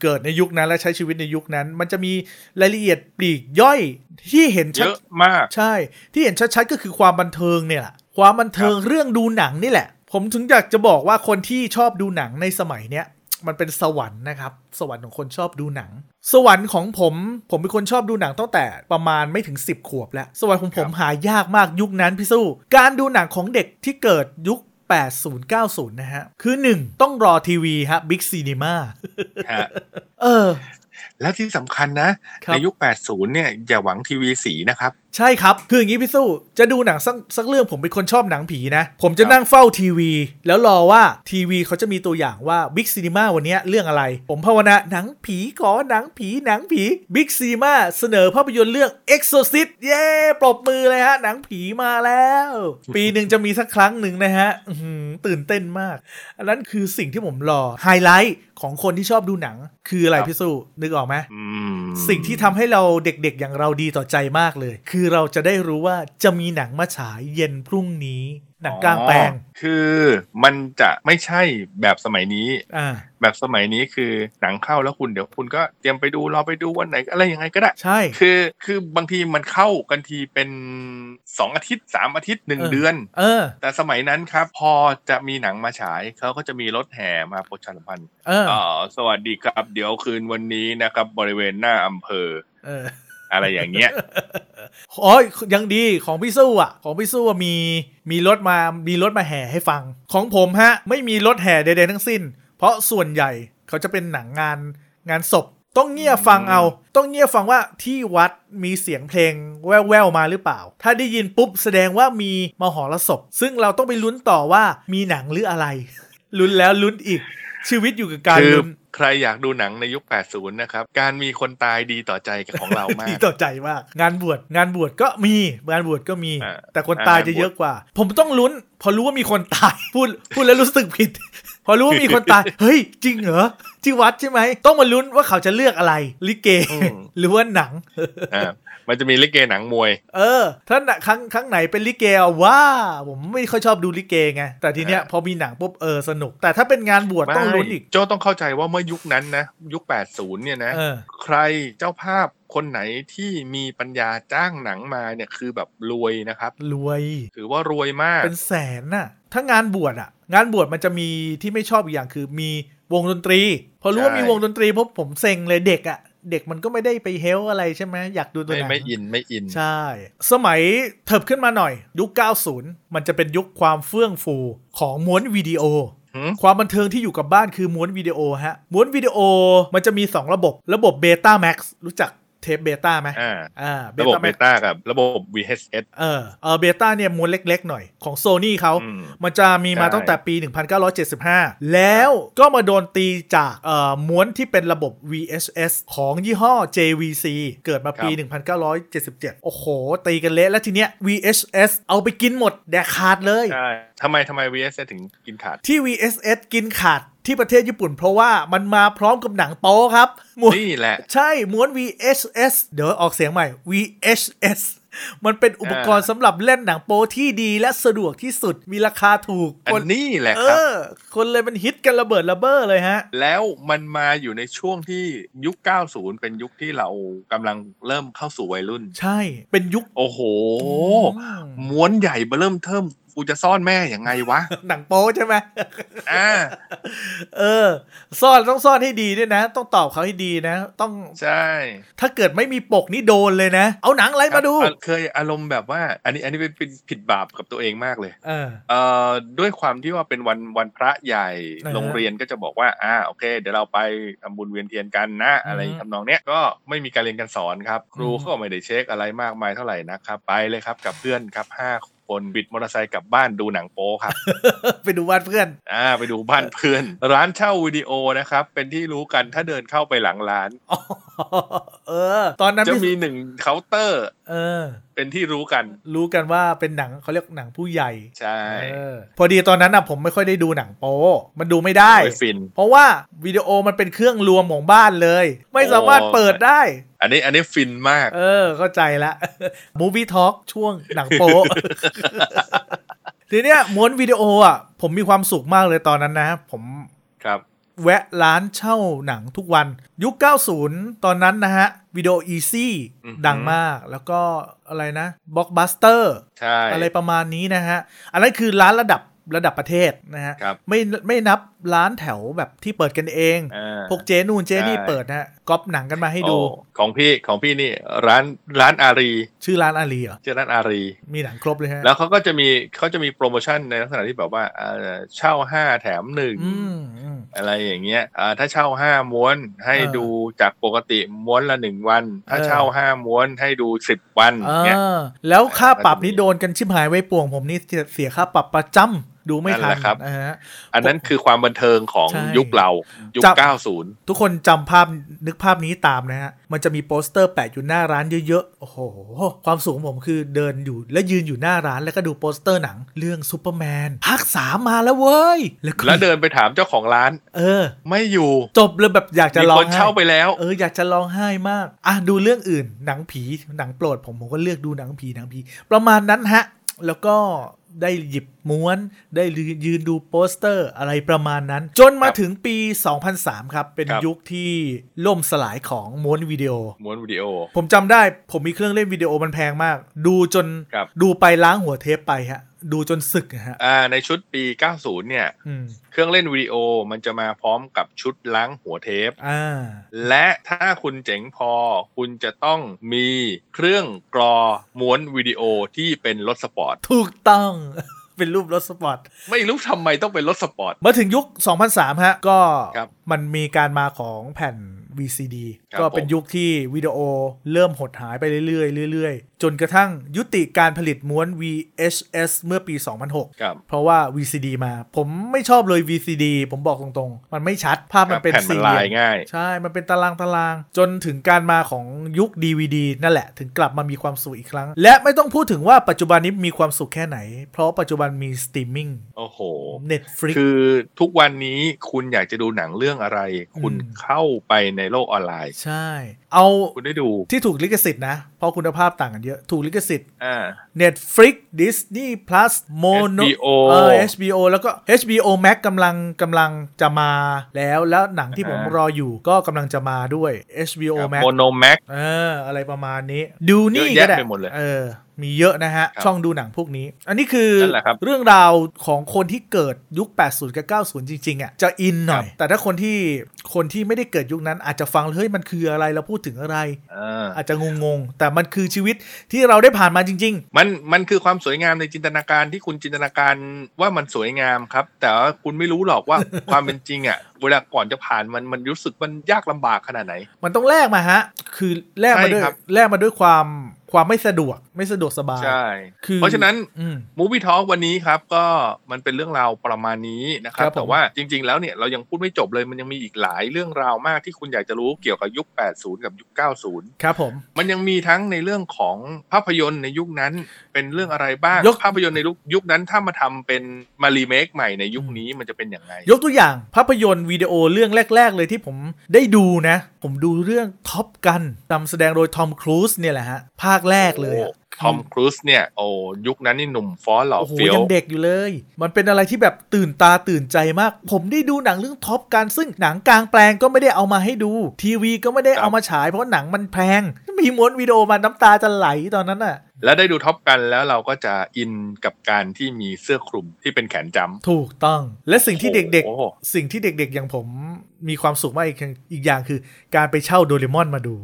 Speaker 1: เกิดในยุคนั้นและใช้ชีวิตในยุคนั้น มันจะมีรายละเอียดปลีกย่อยที่เห็น
Speaker 2: เย
Speaker 1: ชัด
Speaker 2: อะมาก
Speaker 1: ใช่ ที่เห็นชัดๆก็คือความบันเทิงเนี่ยแหละความบันเทิงเรื่องดูหนังนี่แหละ ผมถึงอยากจะบอกว่าคนที่ชอบดูหนังในสมัยเนี้ยมันเป็นสวรรค์นะครับ สวรรค์ของคนชอบดูหนัง สวรรค์ของผม ผมเป็นคนชอบดูหนังตั้งแต่ประมาณไม่ถึง 10 ขวบแล้ว สวรรค์ของผมหายากมากยุคนั้นพี่สู้ การดูหนังของเด็กที่เกิดยุค 8090 นะฮะ คือ 1 ต้องรอทีวีฮะบิ๊กซีนีมา
Speaker 2: ฮะ
Speaker 1: เออ
Speaker 2: แล้วที่สำคัญนะ
Speaker 1: ครับ
Speaker 2: ในยุค 80 เนี่ย อย่าหวังทีวีสีนะครับ
Speaker 1: ใช่ครับ คืออย่างนี้พี่สู้ จะดูหนังสักสักเรื่องผมเป็นคนชอบหนังผีนะ ผมจะ
Speaker 2: ครับ
Speaker 1: นั่งเฝ้าทีวี แล้วรอว่าทีวีเขาจะมีตัวอย่างว่าบิ๊กซีนีมาวันเนี้ยเรื่องอะไร ผมภาวนาหนังผีขอหนังผีหนังผีบิ๊กซีนีมาเสนอภาพยนตร์เรื่อง Exorcist เย้ปรบมือเลยฮะ หนังผีมาแล้ว ปีหนึ่งจะมีสักครั้งหนึ่งนะฮะอื้อหือตื่นเต้นมาก อันนั้นคือสิ่งที่ผมรอไฮไลท์ของคนที่ชอบดูหนัง คืออะไรพี่สู้นึกออกไหม
Speaker 2: อืม
Speaker 1: สิ่งที่ทำให้เราเด็กๆ อย่างเราดีต่อใจมากเลย คือเราจะได้รู้ว่าจะมีหนังมาฉายเย็นพรุ่งนี้ หนังกลางแปลง
Speaker 2: อ๋อคือมันจะไม่ใช่แบบสมัยนี้
Speaker 1: อ่า
Speaker 2: แบบสมัยนี้คือหนังเข้าแล้วคุณเดี๋ยวคุณก็เตรียมไปดูรอไปดูวันไหนอะไรยังไงก็ได้
Speaker 1: ใช่
Speaker 2: คือคือบางทีมันเข้ากันทีเป็นสองอาทิตย์สามอาทิตย์หนึ่ง
Speaker 1: เออ
Speaker 2: เดือน
Speaker 1: เออ
Speaker 2: แต่สมัยนั้นครับ พอจะมีหนังมาฉายเขาก็จะมีรถแห่มาประชาสัมพันธ์
Speaker 1: เออ
Speaker 2: เอ่อสวัสดีครับ เดี๋ยวคืนวันนี้นะครับ บริเวณหน้าอำเภอ
Speaker 1: เออ
Speaker 2: อะไรอย่างเงี้ย
Speaker 1: อ๋อยังดีของพี่สู้อ่ะ ของพี่สู้อะมีมีรถมามีรถมาแห่ให้ฟัง ของผมฮะ ไม่มีรถแห่ใดๆทั้งสิ้น เพราะส่วนใหญ่เขาจะเป็นหนังงานงานศพ ต้องเงียบฟังเอา ต้องเงียบฟังว่าที่วัดมีเสียงเพลงแว่วๆมาหรือเปล่า ถ้าได้ยินปุ๊บแสดงว่ามีมหรสพ ซึ่งเราต้องไปลุ้นต่อว่ามีหนังหรืออะไร ลุ้นแล้วลุ้นอีก ชีวิตอยู่ กับการ
Speaker 2: คือ
Speaker 1: ลุ้น
Speaker 2: ใครอยากดูหนังในยุค 80 นะครับ การมีคนตายดีต่อใจกับของเรามา
Speaker 1: ที่
Speaker 2: ก
Speaker 1: ต่อใจมากงานบวชงานบวชก็มีงานบวชก็มี
Speaker 2: อ่า
Speaker 1: แต่คนตายจะเยอะกว่า ผมต้องลุ้น พอรู้ว่ามีคนตาย พูดพูดแล้วรู้สึกผิด พอรู้ว่ามีคน ตาย เฮ้ย จริงเหรอที่วัดใช่ไหม ต้องมาลุ้นว่าเขาจะเลือกอะไร ลิเก
Speaker 2: อืม
Speaker 1: หรือว่าหนัง
Speaker 2: อ่ามันจะมีลิเกหนังมวย
Speaker 1: เออ ถ้าหนังครั้งครั้งไหนเป็นลิเกอะว้า ผมไม่ค่อยชอบดูลิเกไง แต่ทีเนี้ย
Speaker 2: อ่า
Speaker 1: พอมีหนังปุ๊บเออสนุก แต่ถ้าเป็นงานบวชต้องลุ้นอีก
Speaker 2: ไม่โจต้องเข้าใจว่าเมื่อยุคนั้นนะ ยุค 80 เนี่ยนะ
Speaker 1: เออ
Speaker 2: ใครเจ้าภาพคนไหนที่มีปัญญาจ้างหนังมาเนี่ยคือแบบรวยนะครับ
Speaker 1: รวย
Speaker 2: ถือว่ารวยมาก
Speaker 1: เป็นแสนน่ะ ถ้างานบวชอ่ะ งานบวชมันจะมีที่ไม่ชอบอีกอย่างคือมีวงดนตรี พอรู้ว่า
Speaker 2: ใช่
Speaker 1: มีวงดนตรีปุ๊บผมเซ็งเลยเด็กอ่ะ เด็กมันก็ไม่ได้ไปเฮลอะไรใช่ไหมอยากดูตัว
Speaker 2: ไม่
Speaker 1: หนัง
Speaker 2: ไม่อินไม่อิน
Speaker 1: ใช่ สมัยเถิบขึ้นมาหน่อย ยุค 90 มันจะเป็นยุคความเฟื่องฟูของม้วนวิดีโอ
Speaker 2: หืม
Speaker 1: ความบันเทิงที่อยู่กับบ้านคือม้วนวิดีโอฮะ ม้วนวิดีโอมันจะมี 2 ระบบ ระบบเบต้าแม็กซ์รู้จักเทปเบต้าไหม
Speaker 2: อ่า
Speaker 1: อ่า
Speaker 2: ระบบ
Speaker 1: Beta
Speaker 2: เบ
Speaker 1: Max
Speaker 2: ต้ากับระบบ VHS
Speaker 1: เออเออเบต้าเนี่ยม้วนเล็กๆหน่อยของโซนี่เขา
Speaker 2: อืม
Speaker 1: มันจะมีมา
Speaker 2: ใช่
Speaker 1: ตั้งแต่ปี 1975 แล้วก็มาโดนตีจากเอ่อม้วนที่เป็นระบบ VHS ของยี่ห้อ JVC เกิดมาปี 1977 โอ้โห ตีกันเละแล้วทีเนี้ย VHS เอาไปกินหมด แดกขาดเลย
Speaker 2: ใช่ทำไมทำไม VHS ถึงกินขาด
Speaker 1: ที่ VSS กินขาดที่ประเทศญี่ปุ่น เพราะว่ามันมาพร้อมกับหนังโป๊ครับม้วน
Speaker 2: นี่แหละ
Speaker 1: ใช่ม้วน VHS เดี๋ยวออกเสียงใหม่ VHS มันเป็นอุปกรณ์สำหรับเล่นหนังโป๊ที่ดีและสะดวกที่สุดมีราคาถูก
Speaker 2: อั
Speaker 1: คน น
Speaker 2: นี้แหละ
Speaker 1: เอ
Speaker 2: ครับ
Speaker 1: อ คนเลยมันฮิตกันระเบิดระเบ้อเลยฮะ
Speaker 2: แล้วมันมาอยู่ในช่วงที่ยุค 90 เป็นยุคที่เรากำลังเริ่มเข้าสู่วัยรุ่น
Speaker 1: ใช่ เป็นยุค
Speaker 2: โอ้โห
Speaker 1: อืม
Speaker 2: ม้วนใหญ่เบอเริ่มเทิมกูจะซ่อนแม่ยังไงวะ
Speaker 1: หนังโป๊ใช่ไหม
Speaker 2: อ่า
Speaker 1: เออ ซ่อนต้องซ่อนให้ดีด้วยนะ ต้องตอบเขาให้ดีนะ ต้อง
Speaker 2: ใช่
Speaker 1: ถ้าเกิดไม่มีปกนี่โดนเลยนะ เอาหนังอะไรมาดู
Speaker 2: อ่ะเคยอารมณ์แบบว่า อันนี้อันนี้เป็นผิดบาปกับตัวเองมากเลย
Speaker 1: เออ
Speaker 2: เอ่อด้วยความที่ว่าเป็นวันวันพระใหญ่
Speaker 1: อ่าฮะ
Speaker 2: โรงเรียนก็จะบอกว่าอ่าโอเค เดี๋ยวเราไปทำบุญเวียนเทียนกันนะ อะไร
Speaker 1: อือฮึ
Speaker 2: ทำนองเนี้ยก็ไม่มีการเรียนการสอนครับ ครู
Speaker 1: อืม
Speaker 2: ก็ไม่ได้เช็คอะไรมากมายเท่าไหร่นะครับ ไปเลยครับกับเพื่อนครับห้า คนบิดมอเตอร์ไซค์กลับบ้านดูหนังโป๊ครับ
Speaker 1: ไปดูบ้านเพื่อน
Speaker 2: อ่าไปดูบ้านเพื่อน ร้านเช่าวิดีโอนะครับ เป็นที่รู้กันถ้าเดินเข้าไปหลังร้าน
Speaker 1: อ๋อเออ ตอนนั้น
Speaker 2: จะมี
Speaker 1: พี่
Speaker 2: หนึ่งเคาน์เตอร์
Speaker 1: เออ
Speaker 2: เป็นที่รู้กัน
Speaker 1: รู้กันว่าเป็นหนังเขาเรียกหนังผู้ใหญ่
Speaker 2: ใช่
Speaker 1: เออพอดีตอนนั้นอ่ะผมไม่ค่อยได้ดูหนังโป๊มันดูไม่ได้
Speaker 2: โอ้ยฟิน
Speaker 1: เพราะว่าวิดีโอมันเป็นเครื่องรวมของบ้านเลย ไม่สามารถเปิดได้
Speaker 2: อันนี้อันนี้ฟินมาก
Speaker 1: เออ เข้าใจละ Movie Talk ช่วงหนังโป๊ะ ทีเนี้ยม้วนวิดีโออ่ะ ผมมีความสุขมากเลยตอนนั้นนะ ผม
Speaker 2: ครับ
Speaker 1: แวะร้านเช่าหนังทุกวัน ยุค 90 ตอนนั้นนะฮะวิดีโอ Easy
Speaker 2: อือหือ
Speaker 1: ดังมากแล้วก็อะไรนะ Blockbuster
Speaker 2: ใช่
Speaker 1: อะไรประมาณนี้นะฮะ อันนั้นคือร้านระดับระดับประเทศนะฮะ
Speaker 2: ครับ
Speaker 1: ไม่ไม่นับร้านแถวแบบที่เปิดกันเอง
Speaker 2: อ่า
Speaker 1: พวกเจ๊นู่นเจ๊นี่
Speaker 2: ใช่
Speaker 1: เปิดนะฮะก๊อปหนังกันมาให้ดู
Speaker 2: โอ้ของพี่ของพี่นี่ร้านร้านอารี
Speaker 1: ชื่อร้านอารีเหรอ
Speaker 2: ชื่อร้านอารี
Speaker 1: มีหนังครบเลยฮะ
Speaker 2: แล้วเขาก็จะมีเขาจะมีโปรโมชั่นในลักษณะที่แบบว่าเอ่อเช่าห้าแถมหนึ่ง
Speaker 1: อืมอืม
Speaker 2: อะไรอย่างเงี้ยอ่าถ้าเช่าห้าม้วนให้
Speaker 1: เออ
Speaker 2: ดูจากปกติม้วนละหนึ่งวัน ถ้า
Speaker 1: เออ
Speaker 2: เช่าห้าม้วนให้ดูสิบวัน
Speaker 1: เอ
Speaker 2: เงี้ย
Speaker 1: อแล้วค่าปรับ
Speaker 2: ก็จะมี
Speaker 1: นี่โดนกันชิบหายไว้ป่วงผมนี่เสียค่าปรับประจำดูไม่ทัน
Speaker 2: นั่นแหละครับ
Speaker 1: นะฮะ
Speaker 2: อันนั้นคือความบันเทิงของ
Speaker 1: ใช่
Speaker 2: ยุคเรายุค
Speaker 1: จับ
Speaker 2: เก้าศูนย์
Speaker 1: ทุกคนจำภาพนึกภาพนี้ตามนะฮะ มันจะมีโปสเตอร์แปะอยู่หน้าร้านเยอะๆ โอ้โห ความสูงผมคือเดินอยู่และยืนอยู่หน้าร้านแล้วก็ดูโปสเตอร์หนังเรื่องซูเปอร์แมนภาคสามมาแล้วเว้ย แล้วก็
Speaker 2: แล้วเดินไปถามเจ้าของร้าน
Speaker 1: เออ
Speaker 2: ไม่อยู่
Speaker 1: จบเลยแบบอยากจะ
Speaker 2: มี
Speaker 1: ร้อง
Speaker 2: คน
Speaker 1: ไห้
Speaker 2: เช่าไปแล้ว
Speaker 1: เอออยากจะร้องไห้มาก อ่ะดูเรื่องอื่น หนังผีหนังโปรดผมผมก็เลือกดูหนังผีหนังผี ประมาณนั้นฮะ แล้วก็ได้หยิบม้วน ได้ยืนดูโปสเตอร์อะไรประมาณนั้น จนมา
Speaker 2: ครับ
Speaker 1: ถึงปี 2003 ครับ เป็น
Speaker 2: ครับ
Speaker 1: ยุคที่ล่มสลายของม้วนวิดีโอ
Speaker 2: ม้วนวิดีโอ
Speaker 1: ผมจำได้ผมมีเครื่องเล่นวิดีโอมันแพงมาก ดูจน
Speaker 2: ครับ
Speaker 1: ดูไปล้างหัวเทปไปฮะ ดูจนสึกนะฮะ
Speaker 2: อ่าในชุดปี 90 เนี่ย
Speaker 1: อืม
Speaker 2: เครื่องเล่นวิดีโอมันจะมาพร้อมกับชุดล้างหัวเทป
Speaker 1: อ่า
Speaker 2: และถ้าคุณเจ๋งพอ คุณจะต้องมีเครื่องกรอม้วนวิดีโอที่เป็นรถสปอร์ต
Speaker 1: ถูกต้อง เป็นรูปรถสปอร์ต
Speaker 2: ไม่รู้ทำไมต้องเป็นรถสปอร์ต
Speaker 1: มาถึงยุค 2003 ฮะ ก็
Speaker 2: ครับ
Speaker 1: มันมีการมาของแผ่น VCD
Speaker 2: ครับ
Speaker 1: ก็เป็น
Speaker 2: ผม
Speaker 1: ยุคที่วิดีโอเริ่มหดหายไปเรื่อยๆเรื่อยๆ จนกระทั่งยุติการผลิตม้วน VHS เมื่อปี 2006
Speaker 2: ครับ
Speaker 1: เพราะว่า VCD มา ผมไม่ชอบเลย VCD ผมบอกตรงๆ มันไม่ชัด ภาพมันเป็น
Speaker 2: แผ่นมัน
Speaker 1: สี่เหลี่
Speaker 2: ลาย
Speaker 1: ม
Speaker 2: ง่าย
Speaker 1: ใช่ มันเป็นตารางตารางจนถึงการมาของยุค DVD นั่นแหละ ถึงกลับมามีความสุขอีกครั้ง และไม่ต้องพูดถึงว่าปัจจุบันนี้มีความสุขแค่ไหน เพราะปัจจุบันมีสตรีมมิ่ง
Speaker 2: โอ้โห
Speaker 1: Netflix
Speaker 2: คือทุกวันนี้คุณอยากจะดูหนังเรื่องอะไร คุณ
Speaker 1: อืม
Speaker 2: เข้าไปในโลกออนไลน์
Speaker 1: ใช่ เอา
Speaker 2: คุณได้ดู
Speaker 1: ที่ถูกลิขสิทธิ์นะ เพราะคุณภาพต่างกันเยอะ ถูกลิขสิทธิ์
Speaker 2: อ่า
Speaker 1: Netflix Disney Plus Mono
Speaker 2: HBO
Speaker 1: เออ HBO แล้วก็ HBO Max กำลังกำลังจะมาแล้วแล้วหนังที่ผม
Speaker 2: อ่าร ร
Speaker 1: ออยู่ก็กำลังจะมาด้วย HBO
Speaker 2: ครับ
Speaker 1: Max
Speaker 2: โมโนแม็ก
Speaker 1: เออ อะไรประมาณนี้ ดูนี่
Speaker 2: เย
Speaker 1: ก็
Speaker 2: อะ
Speaker 1: ได้
Speaker 2: แยะไปหมดเลย
Speaker 1: เออ มีเยอะนะฮะ
Speaker 2: ครับ
Speaker 1: ช่องดูหนังพวกนี้ อันนี้คือ
Speaker 2: นั่นแหละครับ
Speaker 1: เรื่องราวของคนที่เกิดยุค 80 กับ 90 จริง ๆ อ่ะ จะอินหน่อย แต่ถ้าคนที่คนที่ไม่ได้เกิดยุคนั้น อาจจะฟังแล้วเฮ้ยมันคืออะไรเราพูดถึงอะไร
Speaker 2: า
Speaker 1: อาจจะงงๆ แต่มันคือชีวิตที่เราได้ผ่านมาจริง
Speaker 2: มันมันคือความสวยงามในจินตนาการที่คุณจินตนาการว่ามันสวยงามครับ แต่ว่าคุณไม่รู้หรอกว่า ความเป็นจริงอ่ะเวลาก่อนจะผ่านมันมันรู้สึกมันยากลำบากขนาดไหน
Speaker 1: ๆ มันต้องแลกมาฮะ คือแลกมาด้วย
Speaker 2: ใช่ครับ
Speaker 1: แลกมาด้วยความความไม่สะดวกไม่สะดวกสบาย
Speaker 2: ใช่
Speaker 1: คือ
Speaker 2: เพราะฉะนั้น
Speaker 1: อืม
Speaker 2: มูฟี่ทอ k วันนี้ครับก็มันเป็นเรื่องราวประมาณนี้นะครั
Speaker 1: ครับ บผม
Speaker 2: แต่ว่าจริง ๆ แล้วเนี่ยเรายังพูดไม่จบเลยมันยังมีอีกหลายเรื่องราวมากที่คุณอยากจะรู้เกี่ยวกับยุค 80 กับยุค 90
Speaker 1: ครับผม
Speaker 2: มันยังมีทั้งในเรื่องของภาพยนตร์ในยุคนั้นเป็นเรื่องอะไรบ้าง
Speaker 1: ยก
Speaker 2: ภาพยนตร์ในยุคยุคนั้นถ้ามาทำเป็นมารีเมคใหม่ในยุคนี้มันจะเป็นอย่างไร
Speaker 1: ยกตัวอย่างภาพยนตร์วิดีโอเรื่องแรก ๆ เลยที่ผมได้ดูนะ ผมดูเรื่องท็อปกันนำแสดงโดยทอมครูซเนี่ยแหละฮะ ภาคแรกเลยอะ
Speaker 2: ทอมครูซเนี่ยโอ้ยุคนั้นนี่หนุ่มฟ้อหล่อ
Speaker 1: โอ้โห
Speaker 2: เฟี้ยว
Speaker 1: ยังเด็กอยู่เลย มันเป็นอะไรที่แบบตื่นตาตื่นใจมาก ผมได้ดูหนังเรื่องท็อปกันซึ่งหนังกลางแปลงก็ไม่ได้เอามาให้ดู ทีวีก็ไม่ได้เอามาฉายเพราะหนังมันแพง มีม้วนวิดีโอมาน้ำตาจะไหลตอนนั้นน่ะ
Speaker 2: แล้วได้ดูท็อปกันแล้วเราก็จะอินกับการที่มีเสื้อคลุมที่เป็นแขนจำ
Speaker 1: ถูกต้องและสิ่งที่เด็ก
Speaker 2: โอ้โห
Speaker 1: ๆ สิ่งที่เด็กๆ อย่างผมมีความสุขมากอีกอย่างอีกอย่างคือ การไปเช่าโดเรมอนมาดู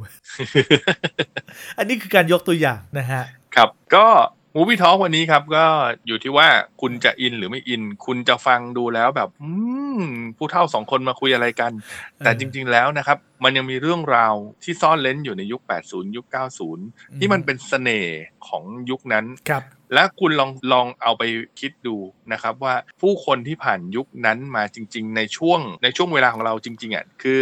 Speaker 1: อันนี้คือการยกตัวอย่างนะฮะ
Speaker 2: ครับก็มูฟี่ทอ k วันนี้ครับก็อยู่ที่ว่าคุณจะอินหรือไม่อิน คุณจะฟังดูแล้วแบบ อืม มผู้เฒ่าสองคนมาคุยอะไรกัน แต่จริง ๆแล้วนะครับ มันยังมีเรื่องราวที่ซ่อนเล้นอยู่ในยุค 80 ยุค 90 ที่มันเป็นเสน่ห์ของยุคนั้น
Speaker 1: ครับ
Speaker 2: และคุณลองลองเอาไปคิดดูนะครับว่าผู้คนที่ผ่านยุคนั้นมาจริง ๆ ในช่วงในช่วงเวลาของเราจริงๆอ่ะคือ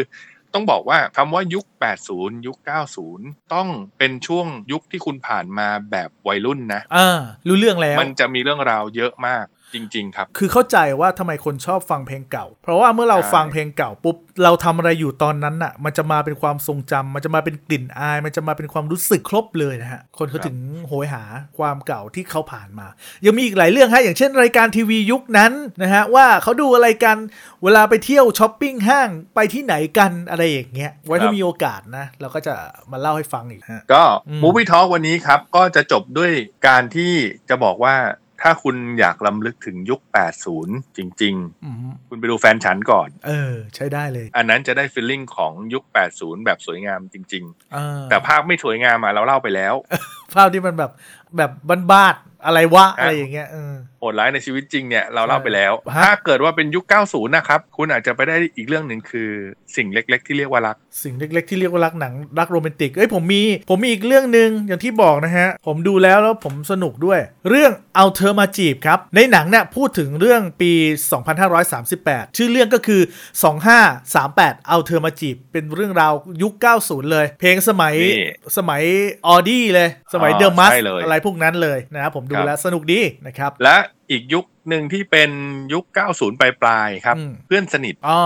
Speaker 2: ต้องบอกว่าคำว่ายุค 80 ยุค 90 ต้องเป็นช่วงยุคที่คุณผ่านมาแบบวัยรุ่นนะ
Speaker 1: อ่า รู้เรื่องแล้ว
Speaker 2: มันจะมีเรื่องราวเยอะมากจริง ๆ ครับ
Speaker 1: คือเข้าใจว่าทำไมคนชอบฟังเพลงเก่า เพราะว่าเมื่อเรา
Speaker 2: ใช่
Speaker 1: ฟังเพลงเก่าปุ๊บ เราทำอะไรอยู่ตอนนั้นน่ะ มันจะมาเป็นความทรงจำมันจะมาเป็นกลิ่นอาย มันจะมาเป็นความรู้สึกครบเลยนะฮะ คนเขาถึงโหยหาความเก่าที่เขาผ่านมา ยังมีอีกหลายเรื่องฮะ อย่างเช่นรายการทีวียุคนั้นนะฮะ ว่าเขาดูอะไรกัน เวลาไปเที่ยวช้อปปิ้งห้างไปที่ไหนกันอะไรอย่างเงี้ย ไว้ถ้ามีโอกาสนะ เราก็จะมาเล่าให้ฟังอีกฮะ
Speaker 2: ก็
Speaker 1: อืม
Speaker 2: Movie Talk วันนี้ครับ ก็จะจบด้วยการที่จะบอกว่าถ้าคุณอยากล้ำลึกถึงยุค 80 จริง
Speaker 1: อืม
Speaker 2: ๆ คุณไปดูแฟนฉันก่อน
Speaker 1: เออ ใช้ได้เลย
Speaker 2: อันนั้นจะได้ฟีลลิ่งของยุค 80 แบบสวยงามจริง
Speaker 1: อ่า
Speaker 2: ๆ แต่ภาพไม่สวยงามอ่ะเราเล่าไปแล้ว
Speaker 1: ภาพที่มันแบบแบบบ้านๆอะไรวะอะไรอย่างเงี้ยเออ
Speaker 2: โหดร้ายในชีวิตจริงเนี่ยเราเล่าไปแล้ว
Speaker 1: ฮะ
Speaker 2: ถ้าเกิดว่าเป็นยุค 90 นะครับ คุณอาจจะไปได้อีกเรื่องหนึ่งคือสิ่งเล็ก ๆ ที่เรียกว่ารัก
Speaker 1: สิ่งเล็กๆที่เรียกว่ารักหนังรักโรแมนติก เอ้ยผมมี ผมมีอีกเรื่องหนึ่งอย่างที่บอกนะฮะ ผมดูแล้วแล้วผมสนุกด้วย เรื่องเอาเธอมาจีบครับ ในหนังเนี่ยพูดถึงเรื่องปี 2538 ชื่อเรื่องก็คือ 2538 เอาเธอมาจีบ เป็นเรื่องราวยุค 90 เลย เพลงสมัย
Speaker 2: นี่
Speaker 1: สมัยออดี้เลย สมัย
Speaker 2: อ๋อ
Speaker 1: เดอะมัส
Speaker 2: ใช่เลย
Speaker 1: อะไรพวกนั้นเลยนะครับผมดู
Speaker 2: ครับ
Speaker 1: แล้วสนุกดีนะครับ
Speaker 2: และอีกยุคหนึ่งที่เป็นยุค 90 ปลายๆครับ
Speaker 1: อืม
Speaker 2: เพื่อนสนิท
Speaker 1: อ๋อ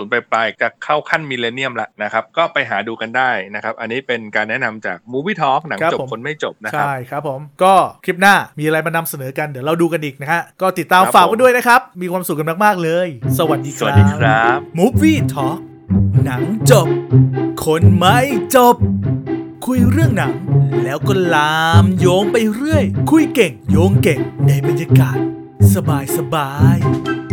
Speaker 2: 90 ปลายๆจะเข้าขั้นมิลเลนเนียมละนะครับ ก็ไปหาดูกันได้นะครับ อันนี้เป็นการแนะนำจาก Movie Talk หนัง
Speaker 1: ครับ
Speaker 2: จบ
Speaker 1: ผม
Speaker 2: คนไม่จบนะครับ
Speaker 1: ใช่ครับผม ก็คลิปหน้ามีอะไรมานำเสนอกันเดี๋ยวเราดูกันอีกนะฮะ ก็ติดตาม
Speaker 2: ครับ
Speaker 1: ฝากไว้
Speaker 2: ผม
Speaker 1: ด้วยนะครับ มีความสุขกันมากๆเลย สวัสดีค
Speaker 2: ส
Speaker 1: รับ
Speaker 2: วัสดีครับ
Speaker 1: Movie Talk หนังจบ คนไม่จบ คุยเรื่องหนัง แล้วก็ลามโยงไปเรื่อย คุยเก่ง โยงเก่งในบรรยากาศ สบายสบายๆ